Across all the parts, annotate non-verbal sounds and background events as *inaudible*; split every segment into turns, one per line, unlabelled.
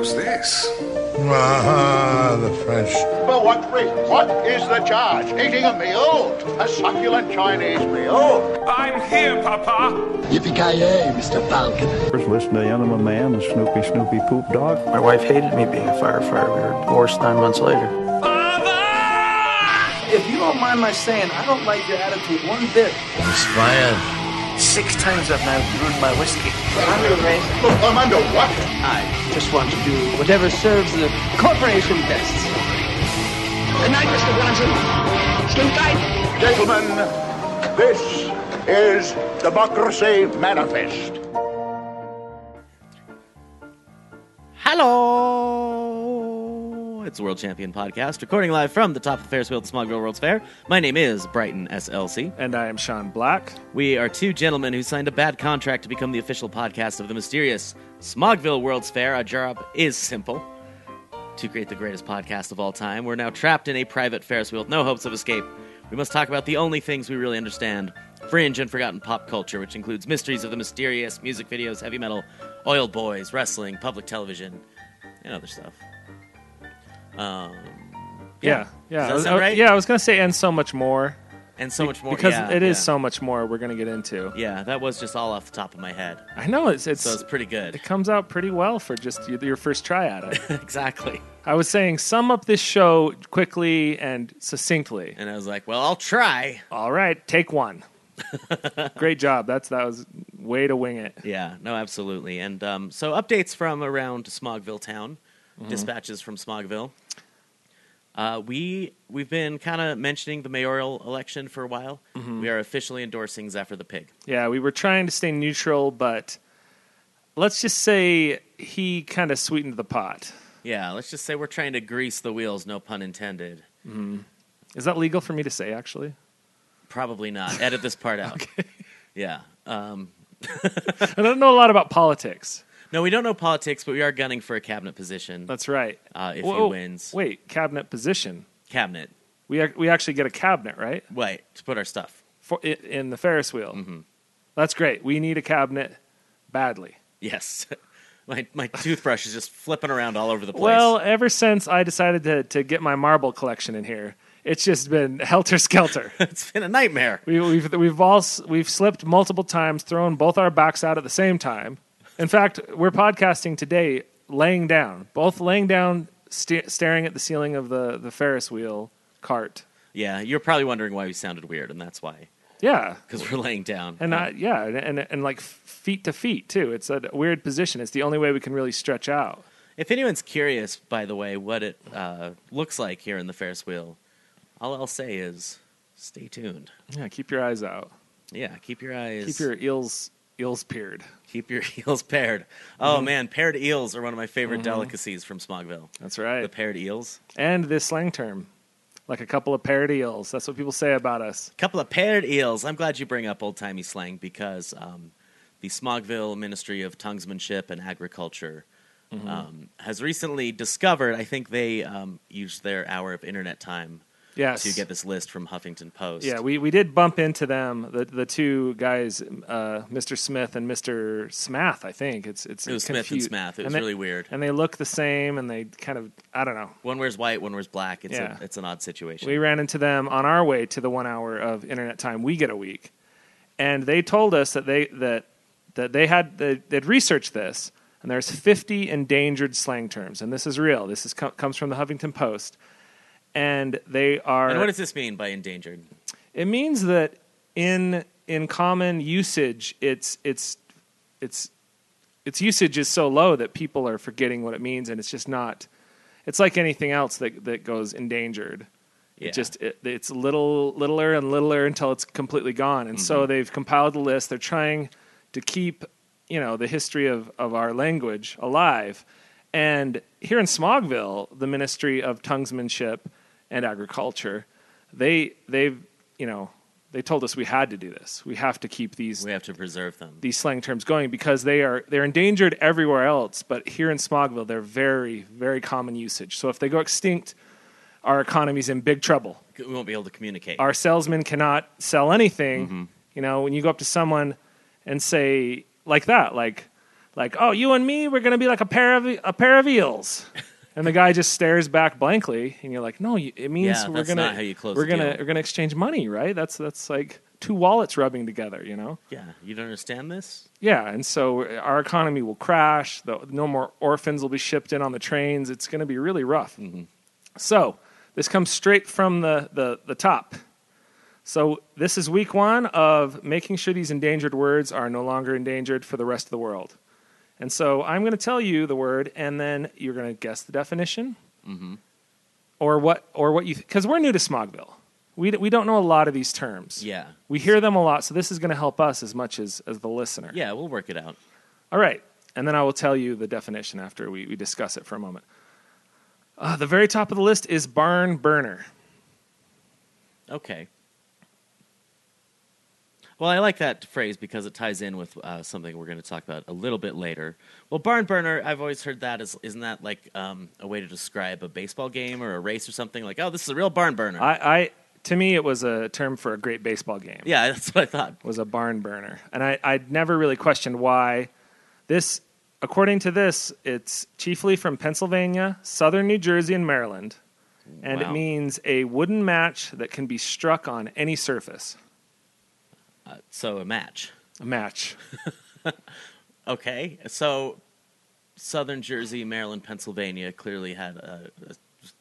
is this?
Ah, the French.
For what reason? What is the charge? Eating a meal? A succulent Chinese meal?
I'm here, Papa.
Yippee-ki-yay, Mr. Falcon.
First, listen to the Enema Man, the Snoopy Snoopy Poop Dog.
My wife hated me being a firefighter. We were divorced nine months later.
Father!
If you don't mind my saying, I don't like your attitude one bit.
Inspired.
Six times I've now ruined my whiskey.
I'm under arrest. I'm under what?
I just want to do whatever serves the corporation best.
Good night, Mr. Bronson. Sleep tight.
Gentlemen, this is Democracy Manifest.
Hello! It's World Champion Podcast, recording live from the top of the Ferris wheel at the Smogville World's Fair. My name is Brighton SLC.
And I am Sean Black.
We are two gentlemen who signed a bad contract to become the official podcast of the mysterious Smogville World's Fair. Our job is simple to create the greatest podcast of all time. We're now trapped in a private Ferris wheel with no hopes of escape. We must talk about the only things we really understand fringe and forgotten pop culture, which includes mysteries of the mysterious, music videos, heavy metal, oil boys, wrestling, public television, and other stuff. Um,
Yeah, yeah,
Does that sound
I- I-
right?
yeah. I was gonna say, and so much more
and so much more
because
Oh, yeah,
it is
yeah.
so much more. We're gonna get into.
Yeah, that was just all off the top of my head.
I know it's it's,
So it's pretty good.
it comes out pretty well for just y- your first try at it.
*laughs* exactly.
I was saying, sum up this show quickly and succinctly.
And I was like, well, I'll try.
All right, take
*laughs*
one. Great job. That's that was way to wing it.
Yeah, no, absolutely. And um, so updates from around Smogville town,
Mm-hmm.
dispatches from Smogville. Uh, we we've been kind of mentioning the mayoral election for a while. We are officially endorsing Zephyr the Pig.
Mm-hmm. Yeah, we were trying to stay neutral, but let's just say he kind of sweetened the pot.
Yeah, let's just say we're trying to grease the wheels, no pun intended.
Is that legal for me to say? Actually,
Probably not. Edit this
*laughs*
part out. Yeah. Um,
I don't know a lot about politics.
no, we don't know politics, but we are gunning for a cabinet position.
That's right.
Uh, if he wins.
Wait, cabinet position.
cabinet.
We ac- we actually get a cabinet, right?
Wait, to put our stuff. Mm-hmm.
For i in the Ferris wheel. That's great. We need a cabinet badly.
Yes. *laughs* my my toothbrush is just flipping around all over the place.
Well, ever since I decided to to get my marble collection in here, it's just been *laughs* helter skelter.
*laughs* it's been a nightmare.
we, we've we've all s- we've slipped multiple times, thrown both our backs out at the same time. In fact, we're podcasting today laying down, both laying down, st- staring at the ceiling of the the Ferris wheel cart.
Yeah, you're probably wondering why we sounded weird, and that's why.
Yeah,
Because we're laying down.
And I, yeah, and, and and like feet to feet too. It's a weird position. It's the only way we can really stretch out.
if anyone's curious, by the way, what it uh, looks like here in the Ferris wheel, all I'll say is stay tuned.
Yeah, keep your eyes out.
Yeah, keep your eyes.
Keep your eels eels peered.
keep your *laughs* eels paired. Oh
Mm-hmm.
man, paired eels are one of my favorite delicacies from Smogville.
That's
The
right.
paired eels.
and this slang term, like a couple of paired eels. That's what people say about us.
couple of paired eels. I'm glad you bring up old timey slang because um, the Smogville Ministry of Tonguesmanship and Agriculture
Mm-hmm.
um, has recently discovered. I think they um, used their hour of internet time
Yes.
to get this list from Huffington Post.
yeah, we, we did bump into them, the the two guys, uh, Mr. Smith and Mr. Smath. I think it's it's
It was Smith and
confu-
Smath. It was
they-
really weird.
And they look the same, and they kind of I don't know.
one wears white, one wears black. It's
Yeah.
a, it's an odd situation.
We ran into them on our way to the one hour of internet time we get a week, and they told us that they that that they had they, they'd researched this, and there's 50 endangered slang terms, and this is real. This is com- comes from the Huffington Post, and they are.
and what does this mean by endangered?
it means that in in common usage, it's it's it's its usage is so low that people are forgetting what it means, and it's just not. It's like anything else that that goes endangered.
Yeah.
It just it, it's little littler and littler until it's completely gone. And so they've compiled the list. They're trying to keep you know the history of of our language alive. And here in Smogville, the Ministry of Tonguesmanship and Agriculture, they they've you know they told us we had to do this. We have to keep these
We have to preserve them.
these slang terms going because they are they're endangered everywhere else, but here in Smogville they're very very common usage. So if they go extinct, our economy's in big trouble.
We won't be able to communicate.
Our salesmen cannot
Mm-hmm.
sell anything. You know, when you go up to someone and say like that, like like, "Oh, you and me, we're gonna be like a pair of e, a pair of
*laughs*
eels," and the guy just stares back blankly, and you're like, "No, you, it means
Yeah,
we're
that's
gonna
not how you close
we're
a
gonna
deal.
we're gonna exchange money, right? That's that's like two wallets rubbing together, you know."
Yeah, you don't understand this?
Yeah, and so our economy will crash. The, no more orphans will be shipped in on the trains. It's going to be really rough. So this comes straight from the, the, the top. So this is week one of making sure these endangered words are no longer endangered for the rest of the world. And so I'm going to tell you the word, and then you're going to guess the definition, or what or what you because we're new to Smogville. We d- we don't know a lot of these terms.
Yeah.
We hear them a lot, so this is going to help us as much as, as the listener.
Yeah, we'll work it out.
All right. And then I will tell you the definition after we, we discuss it for a moment. Uh, the very top of the list is barn burner.
Okay. Well, I like that phrase because it ties in with uh, something we're going to talk about a little bit later. Well, barn burner, I've always heard that as isn't that like um, a way to describe a baseball game or a race or something? Like, oh, this is a real barn burner.
I, I to me it was a term for a great baseball game.
yeah, that's what I thought.
Was a barn burner. And I, I'd never really questioned why this according to this, it's chiefly from Pennsylvania, southern New Jersey, and Maryland. And
Wow.
it means a wooden match that can be struck on any surface.
So a match.
A match.
Okay, so Southern Jersey, Maryland, Pennsylvania clearly had a, a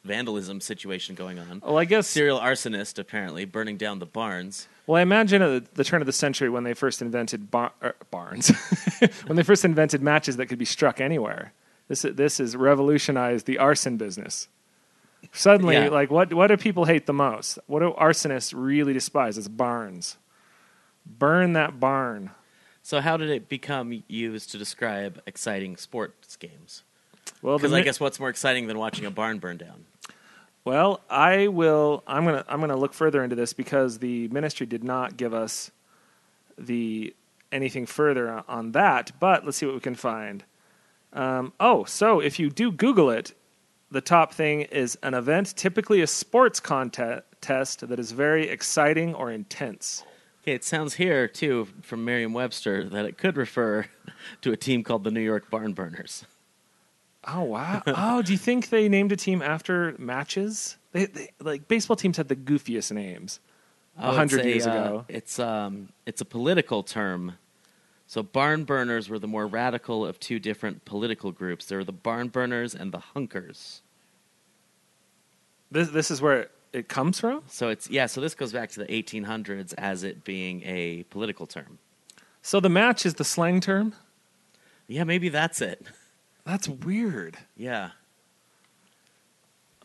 vandalism situation going on.
Well, Oh, I guess
Serial arsonist apparently burning down the barns.
Well, I imagine at the- the turn of the century when they first invented bar- er, barns, *laughs* when they first invented matches that could be struck anywhere. This i- this has revolutionized the arson business. Suddenly,
Yeah.
like what what do people hate the most? What do arsonists really despise? Is barns. Burn that barn.
So how did it become used to describe exciting sports games?
Well, the
Because I
mi-
guess what's more exciting than watching a barn burn down?
Well, I will. I'm gonna. I'm gonna look further into this because the ministry did not give us the anything further on- on that. But let's see what we can find. Um, oh, so if you do Google it, the top thing is an event, typically a sports contest that is very exciting or intense.
Okay, it sounds here too from Merriam-Webster that it could refer *laughs* to a team called the New York Barn Burners.
Oh wow! oh, do you think they named a team after matches? They, they, like baseball teams had the goofiest names.
Oh,
A
it's
hundred years
uh,
ago.
It's um, it's a political term. So barn burners were the more radical of two different political groups. There were the barn burners and the hunkers.
This this is where it, it comes from.
So it's yeah. So this goes back to the 1800s as it being a political term.
So the match is the slang term.
Yeah, maybe that's it.
That's weird.
Yeah,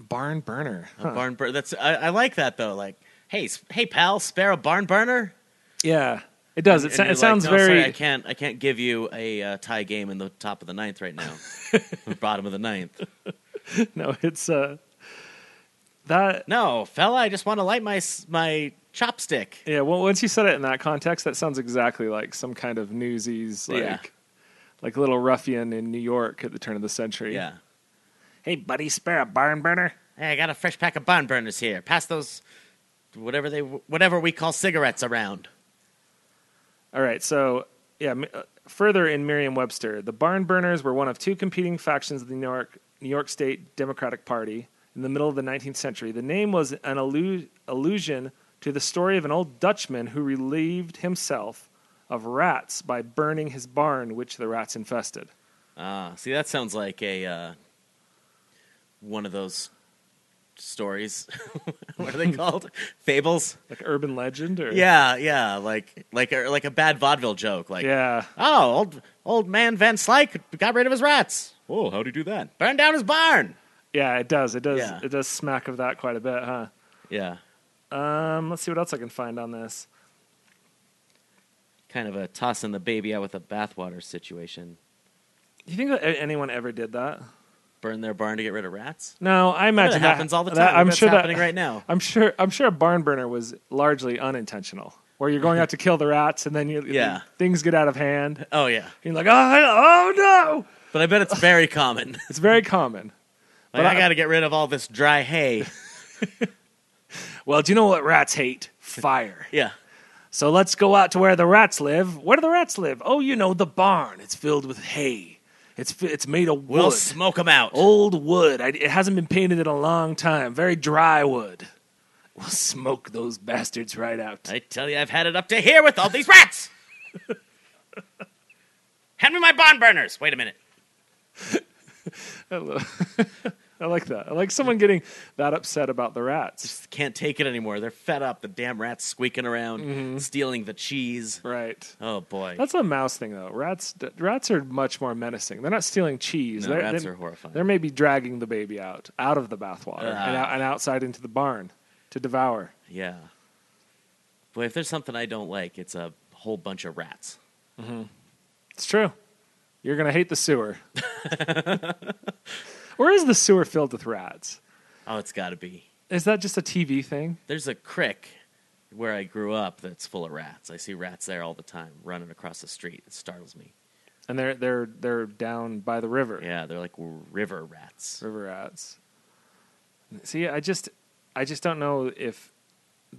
Barn burner.
a barn burner. That's I, I like that though. Like, hey, s- hey, pal, spare a barn burner.
Yeah, it does. It,
And
sou-
you're
it
like,
sounds
"No,
very. *laughs*
Sorry, I can't. I can't give you a uh, tie game in the top of the ninth
*laughs*
right now. Or bottom of the ninth.
no, it's uh, that.
No, fella, I just want to light my s- my chopstick.
Yeah, well, once you said it in that context, that sounds exactly like some kind of newsies, like,
Yeah.
like little ruffian in New York at the turn of the century.
Yeah.
Hey, buddy, spare a barn burner.
Hey, I got a fresh pack of barn burners here. Pass those, whatever they, whatever we call cigarettes around.
All right, so yeah, m- uh, further in Merriam-Webster, the Barn Burners were one of two competing factions of the New York New York State Democratic Party in the middle of the 19th century. The name was an allu- allusion to the story of an old Dutchman who relieved himself of rats by burning his barn, which the rats infested.
Ah, see, that sounds like a uh, one of those stories. *laughs* what are they *laughs* called? Fables.
Like urban legend, or
Yeah, yeah, like like a, like a bad vaudeville joke. Like,
yeah.
oh, old old man Van Slyke got rid of his rats. Oh, how'd he do that? Burned down his barn.
Yeah, it does. It does.
Yeah.
It does smack of that quite a bit, huh?
Yeah,
Um, let's see what else I can find on this.
kind of a tossing the baby out with the bathwater situation.
Do you think that a- anyone ever did that?
Burn their barn to get rid of rats.
No, I imagine that
happens all the
that-
time.
I'm
That's
sure
happening
that,
right now.
I'm sure. I'm sure a barn burner was largely unintentional, where you're going out to kill the rats, and then you
Mm-hmm. Yeah.
things get out of hand. And
*laughs* Oh yeah,
you're like, oh, I- oh no!
but I bet it's very *laughs* common.
It's very common.
Like,
But
I,
I-
got to get rid of all this dry *laughs* hay.
Well, do you know what rats hate? Fire.
yeah.
So let's go out to where the rats live. Where do the rats live? Oh, you know, the barn. It's filled with hay. It's fi- it's made of
We'll
wood.
smoke them out.
Old wood. I, it hasn't been painted in a long time. Very dry wood. We'll smoke those bastards right out.
I tell you, I've had it up to here with all these rats. *laughs* Hand me my barn burners. Wait a minute.
I like that. I like someone getting that upset about the rats.
Can't take it anymore. They're fed up. The damn rats squeaking around, stealing the cheese.
Right.
Oh boy.
That's a mouse thing, though. Rats, d- rats are much more menacing. They're not stealing cheese.
No,
they're,
rats
they-
are horrifying. Ah.
They're maybe dragging the baby out, out of the bathwater, and, out, and outside into the barn to devour.
yeah. Boy, if there's something I don't like, it's a whole bunch of rats.
It's true. You're gonna hate the
*laughs*
sewer. or is the sewer filled with rats?
Oh, it's got to be.
Is that just a TV thing?
There's a crick where I grew up that's full of rats. I see rats there all the time running across the street. It startles me.
And they're they're they're down by the river.
Yeah, they're like river rats.
River rats. See, I just I just don't know if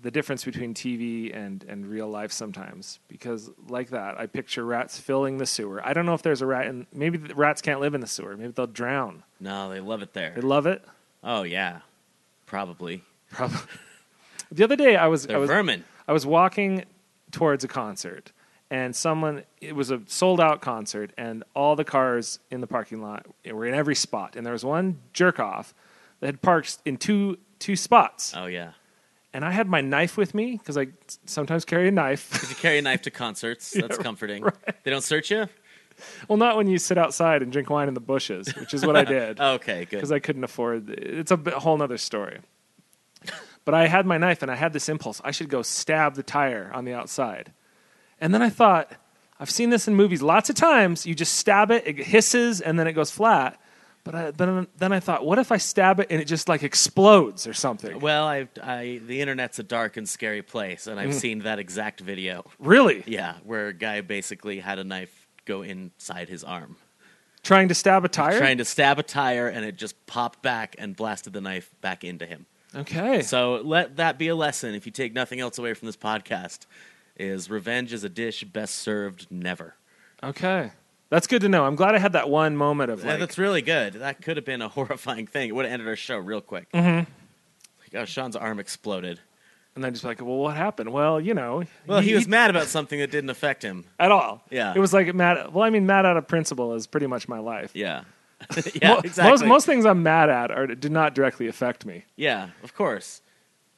the difference between TV and and real life sometimes because like that I picture rats filling the sewer. I don't know if there's a rat and maybe the rats can't live in the sewer. Maybe they'll drown.
No, they love it there.
They love it.
Oh yeah, probably.
Probably. the other day I was I
They're
was
vermin.
I was walking towards a concert, and someone, it was a sold out concert, and all the cars in the parking lot were in every spot. And there was one jerk off that had parked in two, two spots.
Oh yeah.
And I had my knife with me because I s- sometimes carry a knife. *laughs*
You carry a knife to concerts. That's comforting. They don't search you.
well, not when you sit outside and drink wine in the bushes, which is what I
*laughs*
did.
Okay, Oh, good.
because I couldn't afford. It's a bit- whole nother story. But I had my knife and I had this impulse. I should go stab the tire on the outside. And then I thought, I've seen this in movies lots of times. You just stab it, it hisses, and then it goes flat. But I, then, then I thought, what if I stab it and it just like explodes or something?
well, I, I, the internet's a dark and scary place, and I've seen that exact video.
Really?
Yeah, where a guy basically had a knife go inside his arm,
Trying to stab a tire?
trying to stab a tire, and it just popped back and blasted the knife back into him.
okay.
So let that be a lesson. If you take nothing else away from this podcast, is revenge is a dish best served never.
okay. That's good to know. I'm glad I had that one moment of
yeah,
like,
that's really good. That could have been a *laughs* horrifying thing. It would have ended our show real quick.
Mm-hmm.
Like, oh, Sean's arm exploded.
and then just like, well, what happened? Well, you know.
Well, he,
he-
was mad about something that didn't affect him.
at all.
Yeah.
It was like mad. Well, I mean, mad at a principle is pretty much my life.
Yeah. *laughs* yeah,
Mo-
exactly.
Most most things I'm mad at are do not directly affect me.
yeah, of course.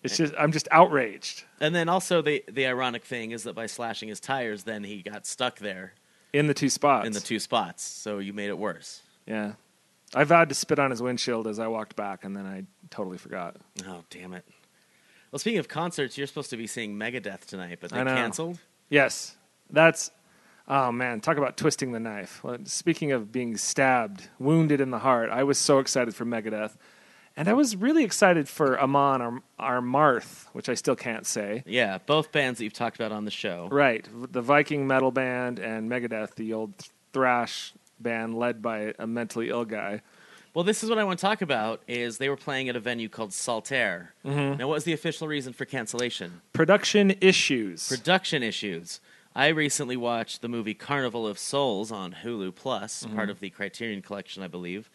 It's just I'm just outraged
And then also the the ironic thing is that by slashing his tires, then he got stuck there
in the two spots.
in the two spots. So you made it worse.
Yeah. I vowed to spit on his windshield as I walked back, and then I totally forgot.
Oh, damn it. Well, speaking of concerts, you're supposed to be seeing Megadeth tonight, but they
I know.
canceled.
Yes, that's. Oh man, talk about twisting the knife. Well, speaking of being stabbed, wounded in the heart, I was so excited for Megadeth, and I was really excited for Amon Ar- Armarth, which I still can't say.
Yeah, both bands that you've talked about on the show.
Right, the Viking metal band and Megadeth, the old thrash band led by a mentally ill guy.
Well, this is what I want to talk about is they were playing at a venue called Saltaire. Now, what was the official reason for cancellation?
Production issues.
Production issues. I recently watched the movie Carnival of Souls on Hulu Plus,
Mm-hmm.
part of the Criterion Collection, I believe,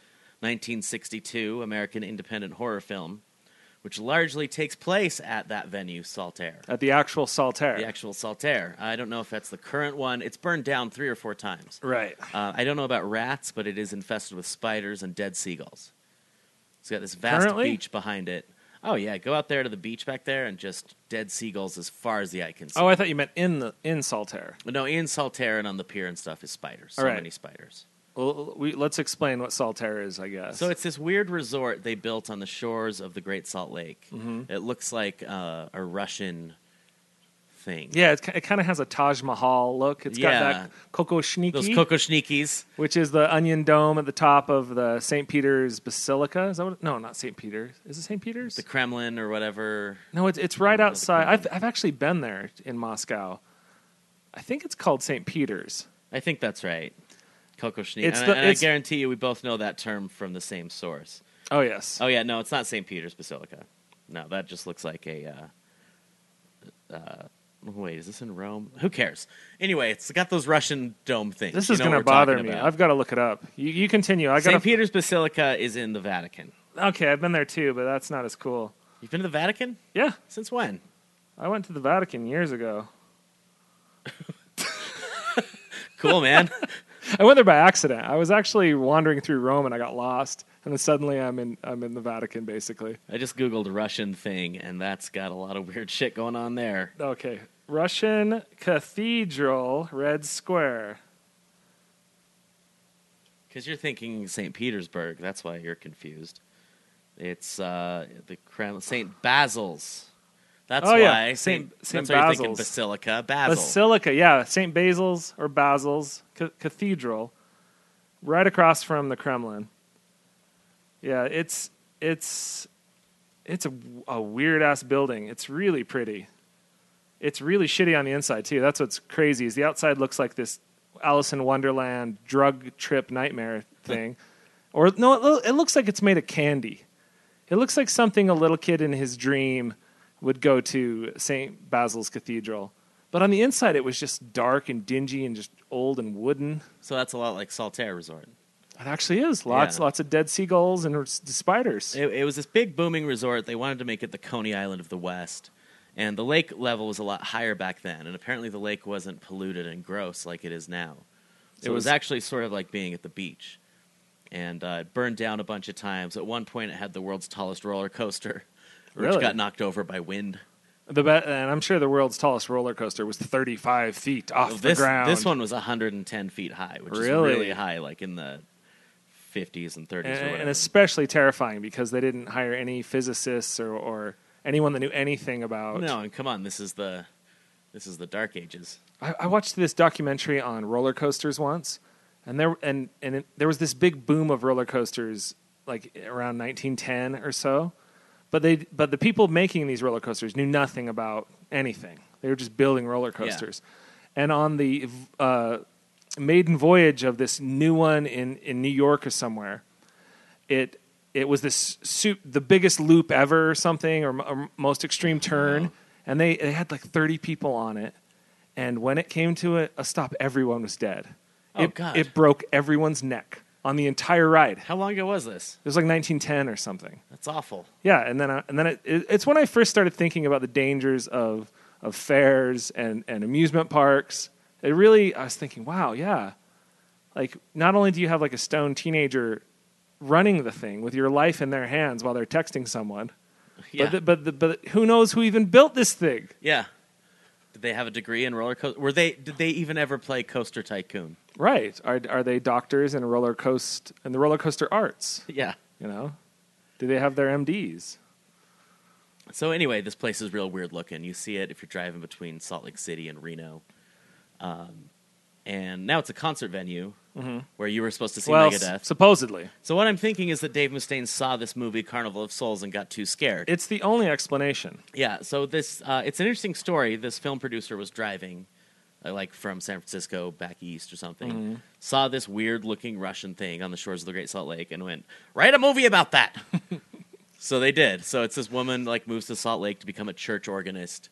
1962 American independent horror film, which largely takes place at that venue, Saltaire.
at the actual Saltaire.
The actual Saltaire. I don't know if that's the current one. It's burned down three or four times.
right.
Uh, I don't know about rats, but it is infested with spiders and dead seagulls. It's got this vast
Currently?
beach behind it. Oh yeah, go out there to the beach back there and just dead seagulls as far as the eye can see.
Oh, I thought you meant in the in Saltaire.
No, in Saltaire and on the pier and stuff is spiders. So
All right.
many spiders.
Well, we, let's explain what Saltaire is, I guess.
So it's this weird resort they built on the shores of the Great Salt Lake.
Mm-hmm.
It looks like uh, a Russian thing.
Yeah, it's, ki- it kind of has a Taj Mahal look. It's
Yeah.
got that kokoshniki,
Those kokoshnikis.
which is the onion dome at the top of the St. Peter's Basilica. Is that what? No, not St. Peter's. Is it St. Peter's?
the Kremlin or whatever.
no, it's it's right
the
outside.
Kremlin.
I've I've actually been there in Moscow. I think it's called St. Peter's.
I think that's right. Kokoshnik.
It's
and,
the-
I, and I
it's-
guarantee you we both know that term from the same source.
Oh yes.
Oh yeah, no, it's not St. Peter's Basilica. No, that just looks like a uh, uh, Wait, is this in Rome? Who cares? Anyway, it's got those Russian dome things.
This
Uh, You
is
know
going to
what we're talking
bother me.
about.
I've got to look it up. You, you continue. I got
St. Peter's Basilica is in the Vatican.
Okay, I've been there too, but that's not as cool.
You've been to the Vatican
Yeah,
since when?
I went to the Vatican years ago. *laughs*
Cool, man.
I went there by accident. I was actually wandering through Rome and I got lost, and then suddenly I'm in I'm in the Vatican basically.
I just googled Russian thing, and that's got a lot of weird shit going on there.
Okay, Russian Cathedral, Red Square.
Because you're thinking St. Petersburg. That's why you're confused. It's uh, the Kremlin, St. Basil's. That's
Oh,
why
yeah.
St.
Saint- Saint
that's why you're thinking
Basil's.
Basilica, Basil.
Basilica, yeah, St. Basil's or Basil's ca- Cathedral, right across from the Kremlin. Yeah, it's it's it's a, weird ass building. It's really pretty. It's really shitty on the inside too. That's what's crazy is the outside looks like this Alice in Wonderland drug trip nightmare thing, or no, it, lo- it looks like it's made of candy. It looks like something a little kid in his dream would go to St. Basil's Cathedral. But on the inside, it was just dark and dingy and just old and wooden.
so that's a lot like Saltaire Resort.
It actually is. Lots,
Yeah.
lots of dead seagulls and s- spiders.
It, it was this big booming resort. They wanted to make it the Coney Island of the West. And the lake level was a lot higher back then. And apparently the lake wasn't polluted and gross like it is now. So it was,
was-
actually sort of like being at the beach. And uh, it burned down a bunch of times. At one point, it had the world's tallest roller coaster, *laughs* which
Really?
got knocked over by wind.
The be- and I'm sure the world's tallest roller coaster was 35 feet off
Well,
the
this
ground.
this one was 110 feet high, which
Really?
is really high, like in the 50s and 30s.
and,
or
and
whatever.
especially terrifying because they didn't hire any physicists or, or anyone that knew anything about.
no, and come on, this is the this is the Dark Ages.
I, I watched this documentary on roller coasters once, and there and and it, there was this big boom of roller coasters like around 1910 or so, but they but the people making these roller coasters knew nothing about anything. They were just building roller coasters, and on the uh, maiden voyage of this new one in in New York or somewhere, it. It was this soup, the biggest loop ever, or something, or, m- or most extreme turn, and they, they had like thirty people on it, and when it came to a, a stop, everyone was dead.
Oh,
it,
God.
It broke everyone's neck on the entire ride. It
How long ago was this?
was like 1910 or something.
That's awful.
Yeah, and then I, and then it, it, it's when I first started thinking about the dangers of of fairs and and amusement parks. It really, I was thinking, wow, yeah, like not only do you have like a stone teenager running the thing with your life in their hands while they're texting someone,
Yeah.
but the, but the, but who knows who even built this thing?
yeah. Did they have a degree in roller coaster? Were they? Did they even ever play Coaster Tycoon?
Right. Are are they doctors in roller coast in the roller coaster arts?
Yeah.
You know? Do they have their MDs?
So anyway, this place is real weird looking. You see it if you're driving between Salt Lake City and Reno. Um, and now it's a concert venue where you were supposed to see
well,
Megadeth.
s- supposedly.
Mm-hmm. So what I'm thinking is that Dave Mustaine saw this movie Carnival of Souls and got too scared.
It's the only explanation.
yeah. So this uh, it's an interesting story. This film producer was driving, uh, like from San Francisco back east or something, saw this weird looking Russian thing on the shores of the Great Salt Lake and went write a movie about that. so they did. So it's this woman like moves to Salt Lake to become a church organist,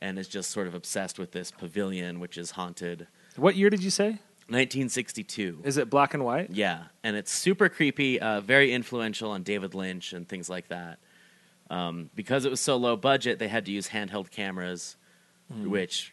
and is just sort of obsessed with this pavilion which is haunted.
What year did you say?
1962.
Is it black and white?
Yeah, and it's super creepy, uh, very influential on David Lynch and things like that. Um, because it was so low budget, they had to use handheld cameras,
Hmm.
which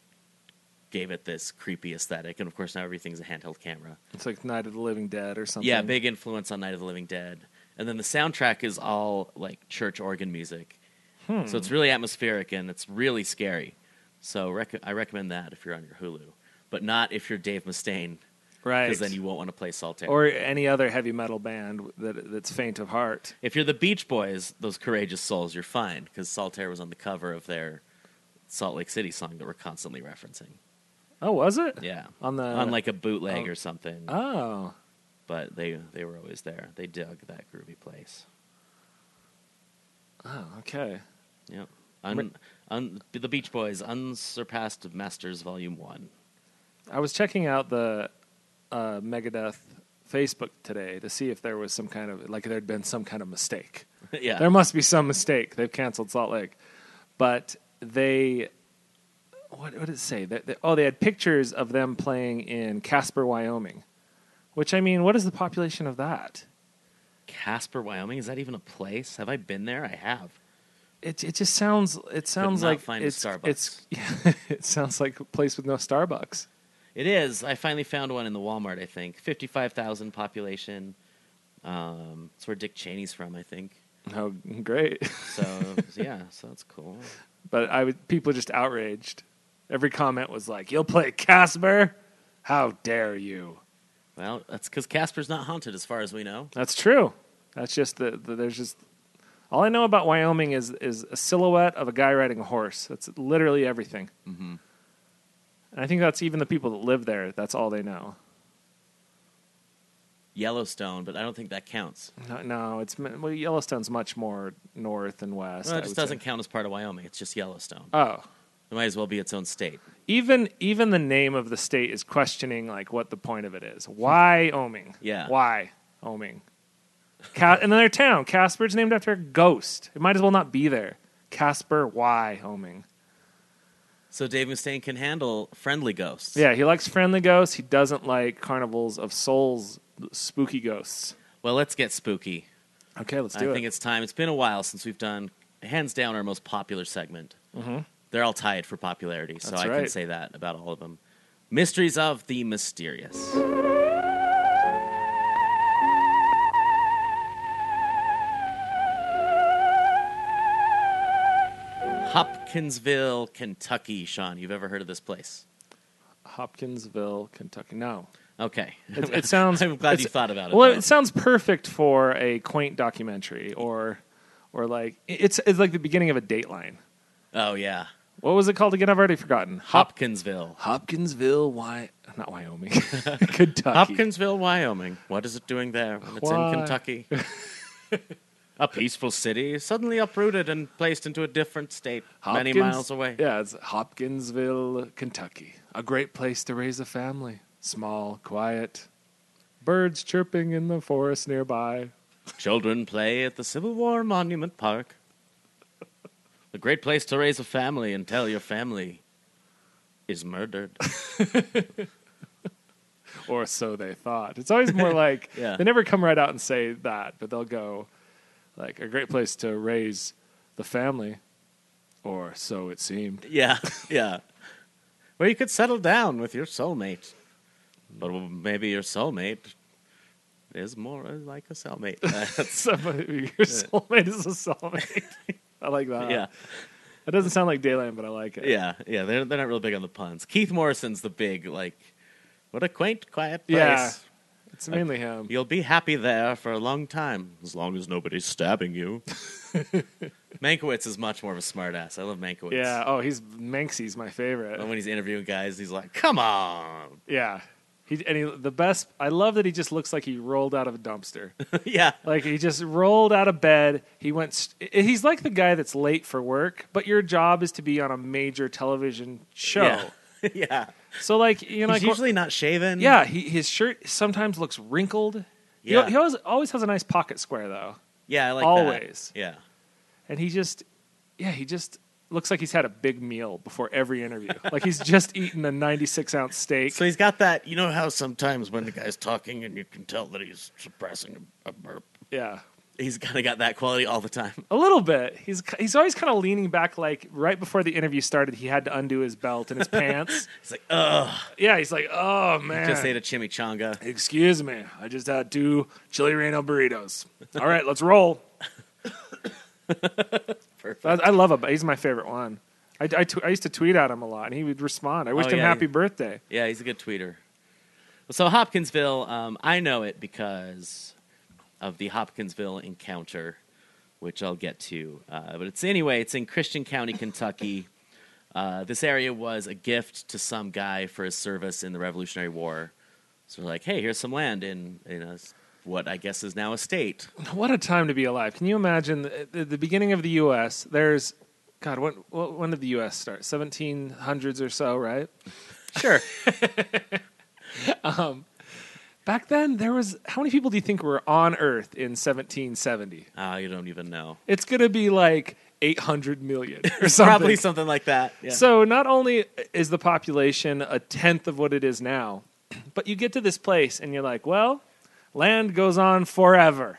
gave it this creepy aesthetic. And of course, now everything's a handheld camera.
It's like Night of the Living Dead or something.
Yeah, big influence on Night of the Living Dead. And then the soundtrack is all like church organ music.
Hmm.
So it's really atmospheric and it's really scary. So rec- I recommend that if you're on your Hulu, but not if you're Dave Mustaine,
right.
because then you won't want to play Solitaire.
or any other heavy metal band that that's faint of heart.
If you're the Beach Boys, those courageous souls, you're fine because Solitaire was on the cover of their Salt Lake City song that we're constantly referencing.
Oh, was it?
Yeah,
*laughs* On the
on like a bootleg
oh.
or something.
Oh.
but they they were always there. They dug that groovy place.
Oh, okay.
Yeah, un, un, the Beach Boys, Unsurpassed Masters, Volume One. *laughs*
I was checking out the uh, Megadeth Facebook today to see if there was some kind of like there had been some kind of mistake.
yeah,
There must be some mistake. They've canceled Salt Lake, but they what, what did it say? That, that- oh, they had pictures of them playing in Casper, Wyoming. Which I mean, what is the population of that?
Casper, Wyoming. Is that even a place? Have I been there? I have.
It it just sounds it sounds
not
like
find a
it's
Starbucks.
it's *laughs* it sounds like a place with no Starbucks.
It is. I finally found one in the Walmart. I think fifty-five thousand population. Um, it's where Dick Cheney's from, I think.
Oh, great! *laughs*
So, so yeah, so that's cool.
But I would people just outraged. Every comment was like, "You'll play Casper? How dare you!"
Well, that's because Casper's not haunted, as far as we know.
That's true. That's just the, the there's just all I know about Wyoming is is a silhouette of a guy riding a horse. That's literally everything. Mm-hmm. And I think that's even the people that live there. That's all they know.
Yellowstone, but I don't think that counts.
No, no it's m- well, Yellowstone's much more north and west.
Well,
I
it just
would say.
doesn't count as part of Wyoming. It's just Yellowstone.
Oh,
It might as well be its own state.
even even the name of the state is questioning like what the point of it is. Why Oming?
Yeah.
Why Oming? Ca- another town. Casper's named after a ghost. It might as well not be there. Casper, why Oming?
So Dave Mustaine can handle friendly ghosts.
Yeah, he likes friendly ghosts. He doesn't like carnivals of souls, spooky ghosts.
Well, let's get spooky.
Okay, let's
I
do it.
think it's time. It's been a while since we've done, hands down, our most popular segment. They're all tied for popularity, so
Mm-hmm. That's
I can
right.
say that about all of them. Mysteries of the Mysterious. Hopkinsville, Kentucky, Sean. You've ever heard of this place?
Hopkinsville, Kentucky. No,
Okay.
it,
*laughs*
it sounds.
I'm glad
it's-
you thought about it.
Well,
though.
it sounds perfect for a quaint documentary, or, or like it's it's like the beginning of a Dateline.
oh, yeah.
What was it called again? I've already forgotten. Hop-
Hopkinsville.
Hopkinsville, why not
*laughs*
Wyoming? Kentucky.
Hopkinsville, Wyoming. What is it doing there when it's
Why?
in
*laughs*
Kentucky? a peaceful city suddenly uprooted and placed into a different state many
Hopkins-
miles away.
Yeah, it's Hopkinsville, Kentucky. A great place to raise a family. Small, quiet. Birds chirping in the forest nearby.
Children play at the Civil War Monument Park. A great place to raise a family and tell your family
*laughs*
is murdered.
Or so they thought. It's always
*laughs*
more like
Yeah.
they never come right out and say that, but they'll go like a great place to raise the family. Or so it seemed. *laughs*
*laughs* yeah, yeah. Where you could settle down with your soulmate. But maybe your soulmate is more like a cellmate. *laughs*
Somebody, *laughs* your soulmate is a soulmate. *laughs* I like that.
yeah.
That doesn't sound like Dayland, but I like it.
Yeah, yeah, they're they're not real big on the puns. Keith Morrison's the big like, what a quaint, quiet place.
Yeah. It's mainly him.
You'll be happy there for a long time, as long as nobody's
*laughs*
stabbing you. Mankiewicz is much more of a smartass. I love Mankiewicz.
Yeah. Oh, he's Manxie's my favorite.
And when he's interviewing guys, he's like, "Come on, *laughs*
Yeah. He and he, the best. I love that he just looks like he rolled out of a
*laughs*
dumpster.
yeah,
like he just rolled out of bed. He went. St- i- he's like the guy that's late for work, but your job is to be on a major television show.
yeah, *laughs* yeah."
So like you know,
he's
like,
usually not shaven.
yeah. He, his shirt sometimes looks wrinkled. He-
Yeah.
He, always always has a nice pocket square though,
yeah, I like
Always.
That. Yeah,
and he just yeah he just. Looks like he's had a big meal before every interview. like he's just *laughs* eaten a 96 ounce steak.
so he's got that. You know how sometimes when the guy's talking and you can tell that he's suppressing a burp.
yeah.
He's kind of got that quality all the time.
A little bit. He's he's always kind of leaning back, like right before the interview started, he had to undo his belt
*laughs*
and his pants.
He's like, "Ugh."
Yeah, he's like, oh man.
Just ate a chimichanga.
Excuse me, I just had two chili reno burritos. All right, let's
*laughs*
roll. I, I love him. He's my favorite one. I, I, tw- I used to tweet at him a lot, and he would respond. I wished
Oh,
him
yeah,
happy
he-
birthday.
Yeah, he's a good tweeter. So Hopkinsville, um, I know it because of the Hopkinsville encounter, which I'll get to. Uh, but it's anyway, it's in Christian County, Kentucky. Uh, this area was a gift to some guy for his service in the Revolutionary War. So we're like, hey, here's some land in in a, what I guess is now
*laughs*
a state.
What a time to be alive! Can you imagine the, the, the beginning of the U.S.? There's, God, when what, when did the U.S. start? 1700s or so, right?
Sure.
Back then, there was how many people do you think were on Earth in 1770?
Ah, you don't even know.
It's gonna be like 800 million
*laughs*
or something.
Probably something like that. Yeah.
So not only is the population a tenth of what it is now, *clears throat* but you get to this place and you're like, well, land goes on forever.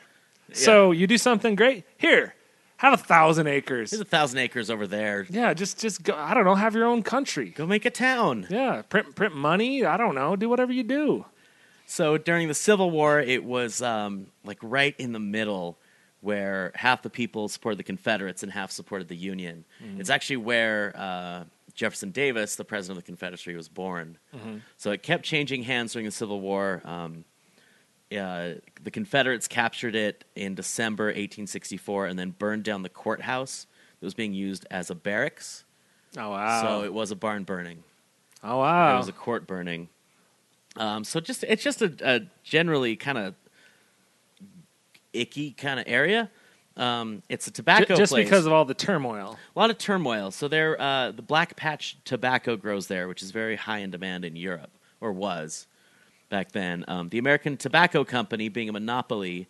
So you do something great. Here, have a thousand acres.
There's a thousand acres over there.
Yeah, just just go. I don't know. Have your own country.
Go make a town.
Yeah, print print money. I don't know. Do whatever you do.
So during the Civil War, it was um, like right in the middle where half the people supported the Confederates and half supported the Union. It's actually where uh, Jefferson Davis, the president of the Confederacy, was born. So it kept changing hands during the Civil War. Um, uh, the Confederates captured it in December 1864 and then burned down the courthouse that was being used as a barracks.
Oh wow.
So it was a barn burning.
oh
It
wow.
was a court burning. Um, so just it's just a, a generally kind of icky kind of area. Um, it's a
Ju-
tobacco
just
place.
because of all the turmoil.
a lot of turmoil. So there, uh, the black patch tobacco grows there, which is very high in demand in Europe, or was back then. Um, the American Tobacco Company, being a monopoly,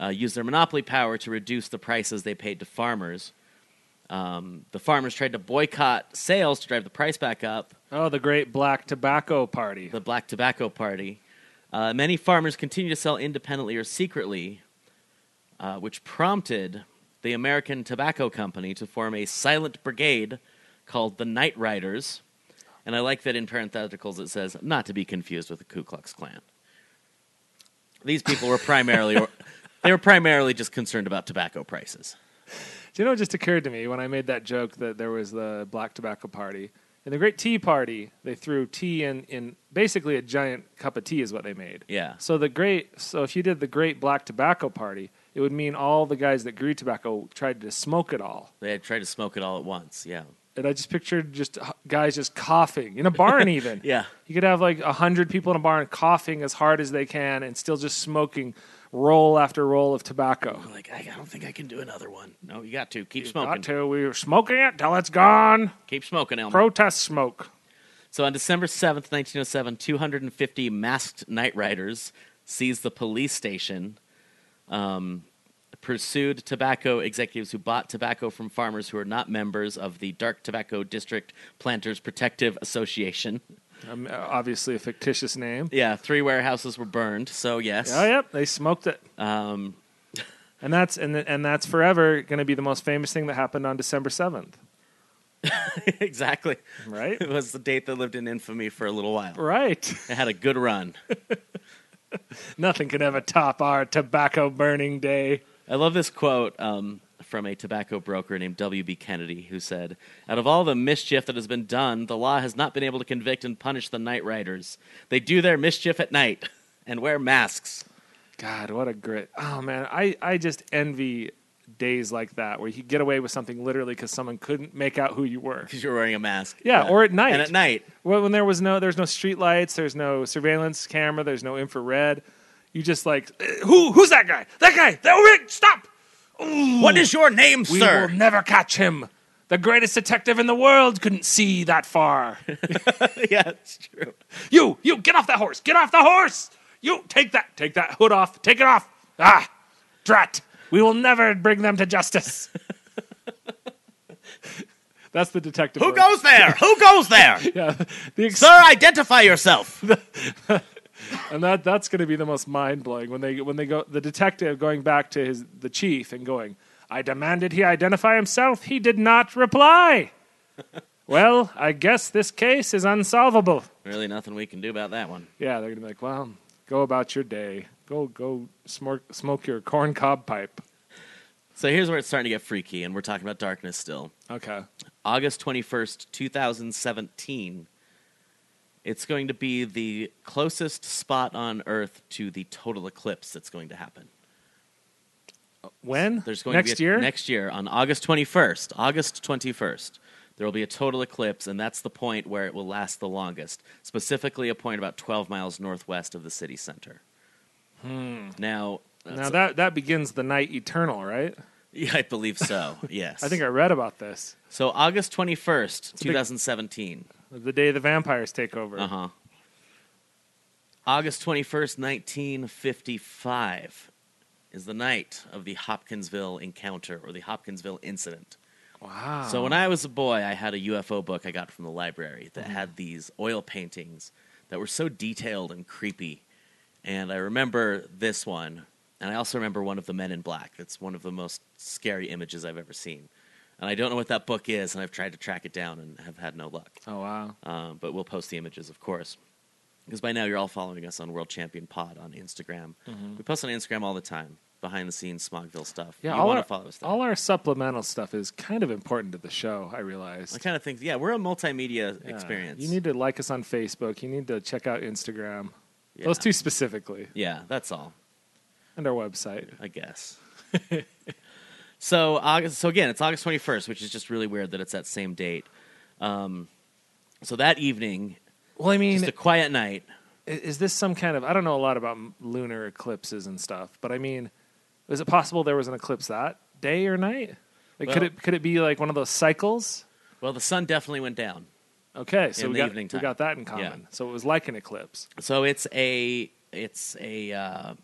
uh, used their monopoly power to reduce the prices they paid to farmers. Um, the farmers tried to boycott sales to drive the price back up.
Oh, the Great Black Tobacco Party.
the Black Tobacco Party. Uh, many farmers continue to sell independently or secretly, uh, which prompted the American Tobacco Company to form a silent brigade called the Night Riders. And I like that in parentheticals it says, not to be confused with the Ku Klux Klan. These people were primarily, *laughs* they were primarily just concerned about tobacco prices.
Do you know what just occurred to me when I made that joke that there was the Black Tobacco Party? In the Great Tea Party, they threw tea in, in basically a giant cup of tea is what they made.
Yeah.
So the great so if you did the Great Black Tobacco Party, it would mean all the guys that grew tobacco tried to smoke it all.
They had tried to smoke it all at once. Yeah.
And I just pictured just h- guys just coughing in a
*laughs*
barn even.
Yeah.
You could have like a hundred people in a barn coughing as hard as they can and still just smoking roll after roll of tobacco.
Like, I don't think I can do another one. No, you got to. Keep
Got
smoking.
to, we were smoking it till it's gone.
Keep smoking, Elmer.
Protest smoke.
So on December oh 7th, 1907, 250 masked night riders seized the police station, um, pursued tobacco executives who bought tobacco from farmers who are not members of the Dark Tobacco District Planters Protective Association.
Um, uh, obviously a fictitious name.
Yeah, three warehouses were burned, so yes.
Oh, yep, they smoked it.
Um,
And that's and th- and that's forever going to be the most famous thing that happened on December seventh,
*laughs* exactly.
right?
It was the date that lived in infamy for a little while.
right. *laughs*
It had a good run.
Nothing can ever top our tobacco burning day.
I love this quote um, from a tobacco broker named W.B. Kennedy, who said, Out of all the mischief that has been done, the law has not been able to convict and punish the night riders. They do their mischief at night and wear masks.
God, what a grit! Oh man, I I just envy days like that where you could get away with something literally because someone couldn't make out who you were.
Because you're wearing a mask.
Yeah, or at night.
And at night.
Well, when there was no there's no street lights, there's no surveillance camera, there's no infrared. You just like "Eh, who who's that guy? That guy! That Rick! Stop!
What is your name,
We
sir?
will never catch him. The greatest detective in the world couldn't see that
*laughs*
far. *laughs*
yeah, it's true.
you, you, get off that horse. Get off the horse. You, take that, take that hood off. Take it off. Ah, drat. We will never bring them to
*laughs*
justice. That's the detective.
Who
work.
goes there? Who goes there?
*laughs* Yeah, the ex-
Sir,
*laughs*
identify yourself.
and that that's going to be the most mind blowing when they when they go the detective going back to his the chief and going, I demanded he identify himself. He did not reply. *laughs* well, I guess this case is unsolvable.
really, nothing we can do about that one.
Yeah, they're gonna be like, well, go about your day. Go go smoke smoke your corn cob pipe.
So here's where it's starting to get freaky, and we're talking about darkness still.
Okay.
August 21st, 2017, it's going to be the closest spot on Earth to the total eclipse that's going to happen.
When?
There's going
next
to be a-
year.
Next year, on August 21st, August 21st, there will be a total eclipse, and that's the point where it will last the longest, specifically a point about 12 miles northwest of the city center. Now,
Hmm. now that that begins the night eternal, right?
*laughs* yeah, I believe so, yes.
*laughs* I think I read about this.
so, August 21st, 2017.
The day the vampires take over.
Uh huh. August 21st, 1955 is the night of the Hopkinsville encounter or the Hopkinsville incident.
Wow.
So when I was a boy, I had a UFO book I got from the library that
Mm-hmm.
had these oil paintings that were so detailed and creepy. And I remember this one, and I also remember one of the Men in Black. That's one of the most scary images I've ever seen. And I don't know what that book is, and I've tried to track it down and have had no luck.
oh wow.
Um, but we'll post the images, of course. Because by now you're all following us on World Champion Pod on Instagram. We post on Instagram all the time, behind the scenes Smogville stuff.
Mm-hmm. Yeah,
you
all
want
our-
to follow us there.
All our supplemental stuff is kind of important to the show. I realized.
I kind of think, yeah, we're a multimedia
Yeah.
experience.
You need to like us on Facebook. You need to check out Instagram.
yeah.
Those two specifically,
Yeah, that's all,
and our website.
I
*laughs*
guess. so, August, so again, it's August 21st, which is just really weird that it's that same date. Um, so that evening,
Well, I mean,
just a quiet night.
i- is this some kind of? I don't know a lot about m- lunar eclipses and stuff, but I mean, is it possible there was an eclipse that day or night? Like, could
Well-
it could it be like one of those cycles?
Well, the sun definitely went down.
Okay, so
In
we
the
got
evening
we
time.
got that in common. So it was like an eclipse.
So it's a it's a uh,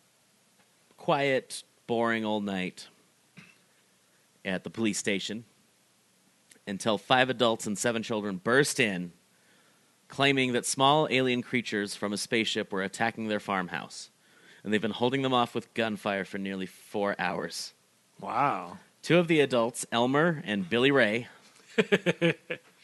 quiet, boring old night at the police station until five adults and seven children burst in, claiming that small alien creatures from a spaceship were attacking their farmhouse, and they've been holding them off with gunfire for nearly four hours.
Wow.
Two of the adults, Elmer and Billy Ray.